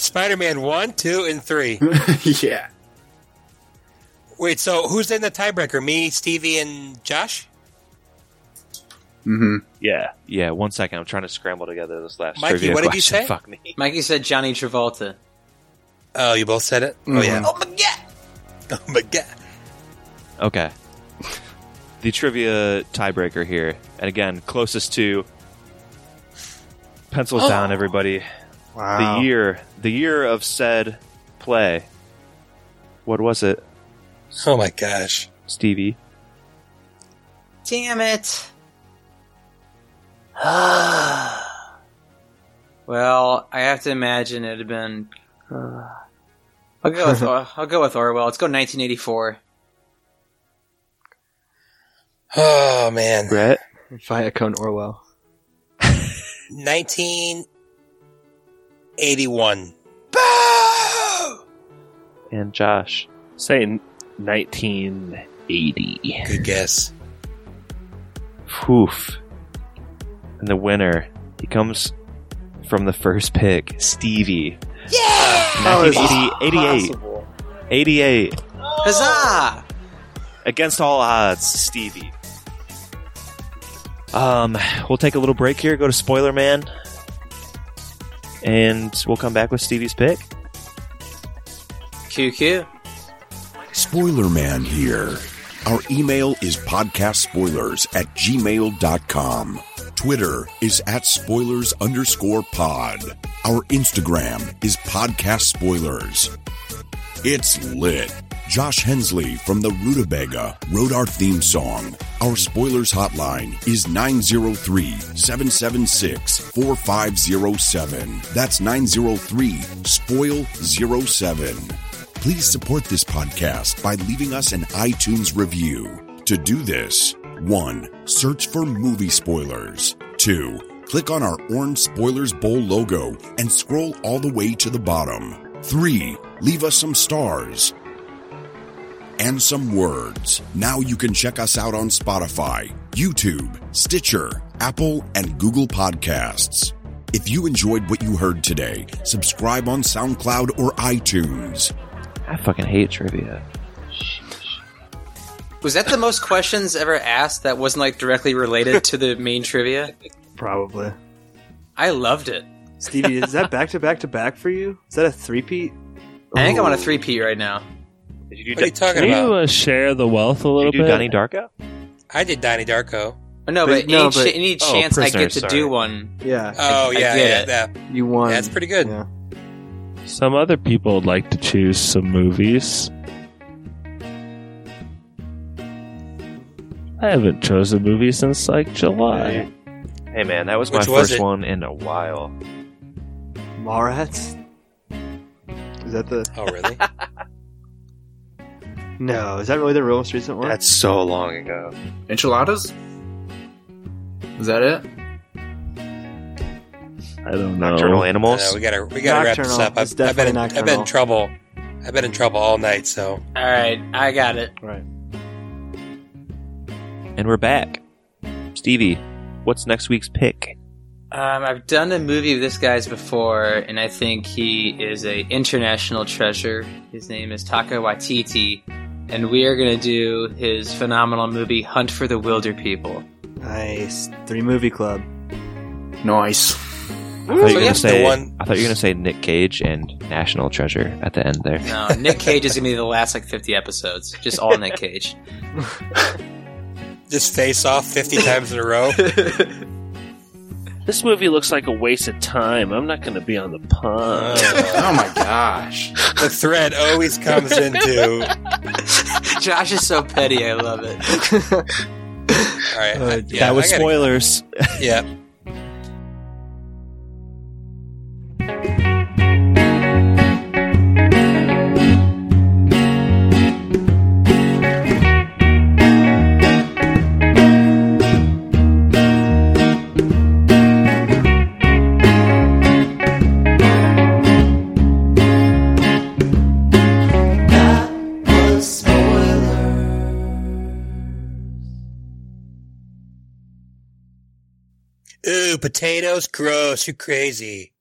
Speaker 3: Spider Man 1, 2, and 3.
Speaker 5: yeah.
Speaker 3: Wait, so who's in the tiebreaker? Me, Stevie, and Josh?
Speaker 5: Mm-hmm.
Speaker 4: Yeah.
Speaker 1: Yeah, one second. I'm trying to scramble together this last
Speaker 3: Mikey,
Speaker 1: trivia
Speaker 3: what did you
Speaker 1: question.
Speaker 3: say?
Speaker 1: Fuck me.
Speaker 2: Mikey said Johnny Travolta.
Speaker 3: Oh, you both said it?
Speaker 1: Mm-hmm.
Speaker 3: Oh, yeah.
Speaker 2: Mhm.
Speaker 3: Oh, my God. Oh, my God.
Speaker 1: Okay. the trivia tiebreaker here. And again, closest to pencils
Speaker 5: Oh.
Speaker 1: down everybody.
Speaker 5: Wow.
Speaker 1: The year, the year of said play. What was it?
Speaker 3: Oh my gosh.
Speaker 1: Stevie.
Speaker 2: Damn it. *sighs* well, I have to imagine it had been. uh, I'll go
Speaker 1: *laughs*
Speaker 2: with Or- I'll go with Orwell. Let's go 1984.
Speaker 3: Oh, man.
Speaker 1: Brett?
Speaker 6: Viacone Orwell.
Speaker 3: 1981.
Speaker 1: And Josh.
Speaker 4: Say n- 1980.
Speaker 3: Good guess.
Speaker 1: Poof. And the winner, he comes from the first pick, Stevie.
Speaker 2: How is this
Speaker 1: 1988. 88.
Speaker 2: Huzzah!
Speaker 1: Against all odds, Stevie. Um, we'll take a little break here, go to Spoiler Man, and we'll come back with Stevie's pick.
Speaker 2: QQ.
Speaker 19: Spoiler Man here. Our email is podcastspoilers at gmail.com. Twitter is at spoilers underscore pod. Our Instagram is podcast spoilers. It's lit. Josh Hensley from the Rutabaga wrote our theme song. Our spoilers hotline is 903 776 4507. That's 903 Spoil 07. Please support this podcast by leaving us an iTunes review. To do this, 1. Search for movie spoilers. 2. Click on our orange Spoilers Bowl logo and scroll all the way to the bottom. 3. Leave us some stars and some words. Now you can check us out on Spotify, YouTube, Stitcher, Apple, and Google Podcasts. If you enjoyed what you heard today, subscribe on SoundCloud or iTunes.
Speaker 1: I fucking hate trivia.
Speaker 2: Was that the most questions ever asked that wasn't like directly related to the main trivia?
Speaker 6: Probably.
Speaker 2: I loved it.
Speaker 6: Stevie, is that back to back to back for you? Is that a three-peat?
Speaker 2: I think I'm on a three P right now.
Speaker 1: What
Speaker 2: are you
Speaker 3: talking
Speaker 4: Can you uh, share the wealth a little
Speaker 1: you do
Speaker 4: bit?
Speaker 1: Donnie Darko?
Speaker 3: I did Donnie Darko.
Speaker 2: Oh, No, but,
Speaker 4: But- no,
Speaker 2: any, ch-
Speaker 4: but-
Speaker 2: any
Speaker 4: Oh,
Speaker 2: chance I get
Speaker 4: Prisoners,
Speaker 2: to
Speaker 4: sorry.
Speaker 2: do one?
Speaker 6: Yeah.
Speaker 3: Oh,
Speaker 2: I
Speaker 3: yeah,
Speaker 2: get
Speaker 3: yeah,
Speaker 2: it.
Speaker 3: yeah.
Speaker 6: You won.
Speaker 3: That's pretty good.
Speaker 4: Some other people would like to choose some movies. I haven't chosen a movie since like July.
Speaker 1: Hey man, that was
Speaker 4: Which
Speaker 1: my
Speaker 4: was
Speaker 1: first
Speaker 4: it?
Speaker 1: one in a while.
Speaker 6: Mallrats? Is that the.
Speaker 3: Oh, really?
Speaker 6: no, is that really the most recent one?
Speaker 1: That's so long ago.
Speaker 5: Enchiladas? Is that it?
Speaker 4: I don't know.
Speaker 1: Nocturnal Animals?
Speaker 3: No, Oh, we gotta we gotta
Speaker 6: Nocturnal.
Speaker 3: wrap
Speaker 6: It's
Speaker 3: this up. I've, I've been in,
Speaker 6: definitely
Speaker 3: I've been
Speaker 6: nocturnal.
Speaker 3: in trouble. I've been in trouble all night. So
Speaker 2: All right, I got it.
Speaker 6: Right.
Speaker 1: And we're back. Stevie, what's next week's pick?
Speaker 2: Um, I've done a movie of this guy's before, and I think he is a international treasure. His name is Taka Waititi, and we are going to do his phenomenal movie Hunt for the Wilder People.
Speaker 6: *laughs* Nice. Three Movie Club.
Speaker 5: Nice.
Speaker 1: I thought, you were
Speaker 2: yeah,
Speaker 1: gonna say,
Speaker 2: the one-
Speaker 1: I thought you were going to say Nick Cage and National Treasure at the end there.
Speaker 2: No, Nick Cage is going to be the last like 50 episodes, just all Nick Cage.
Speaker 3: just face off fifty times in a row.
Speaker 1: *laughs*
Speaker 4: This movie looks like a waste of time. I'm not going to be on the pond.
Speaker 5: oh my gosh.
Speaker 3: The thread always comes into.
Speaker 2: *laughs*
Speaker 6: *laughs*
Speaker 2: Josh is so petty, I love it.
Speaker 3: All right, I- yeah,
Speaker 1: Uh, that was
Speaker 3: I gotta-
Speaker 1: spoilers. *laughs*
Speaker 3: Yeah. potatoes? Gross. You crazy.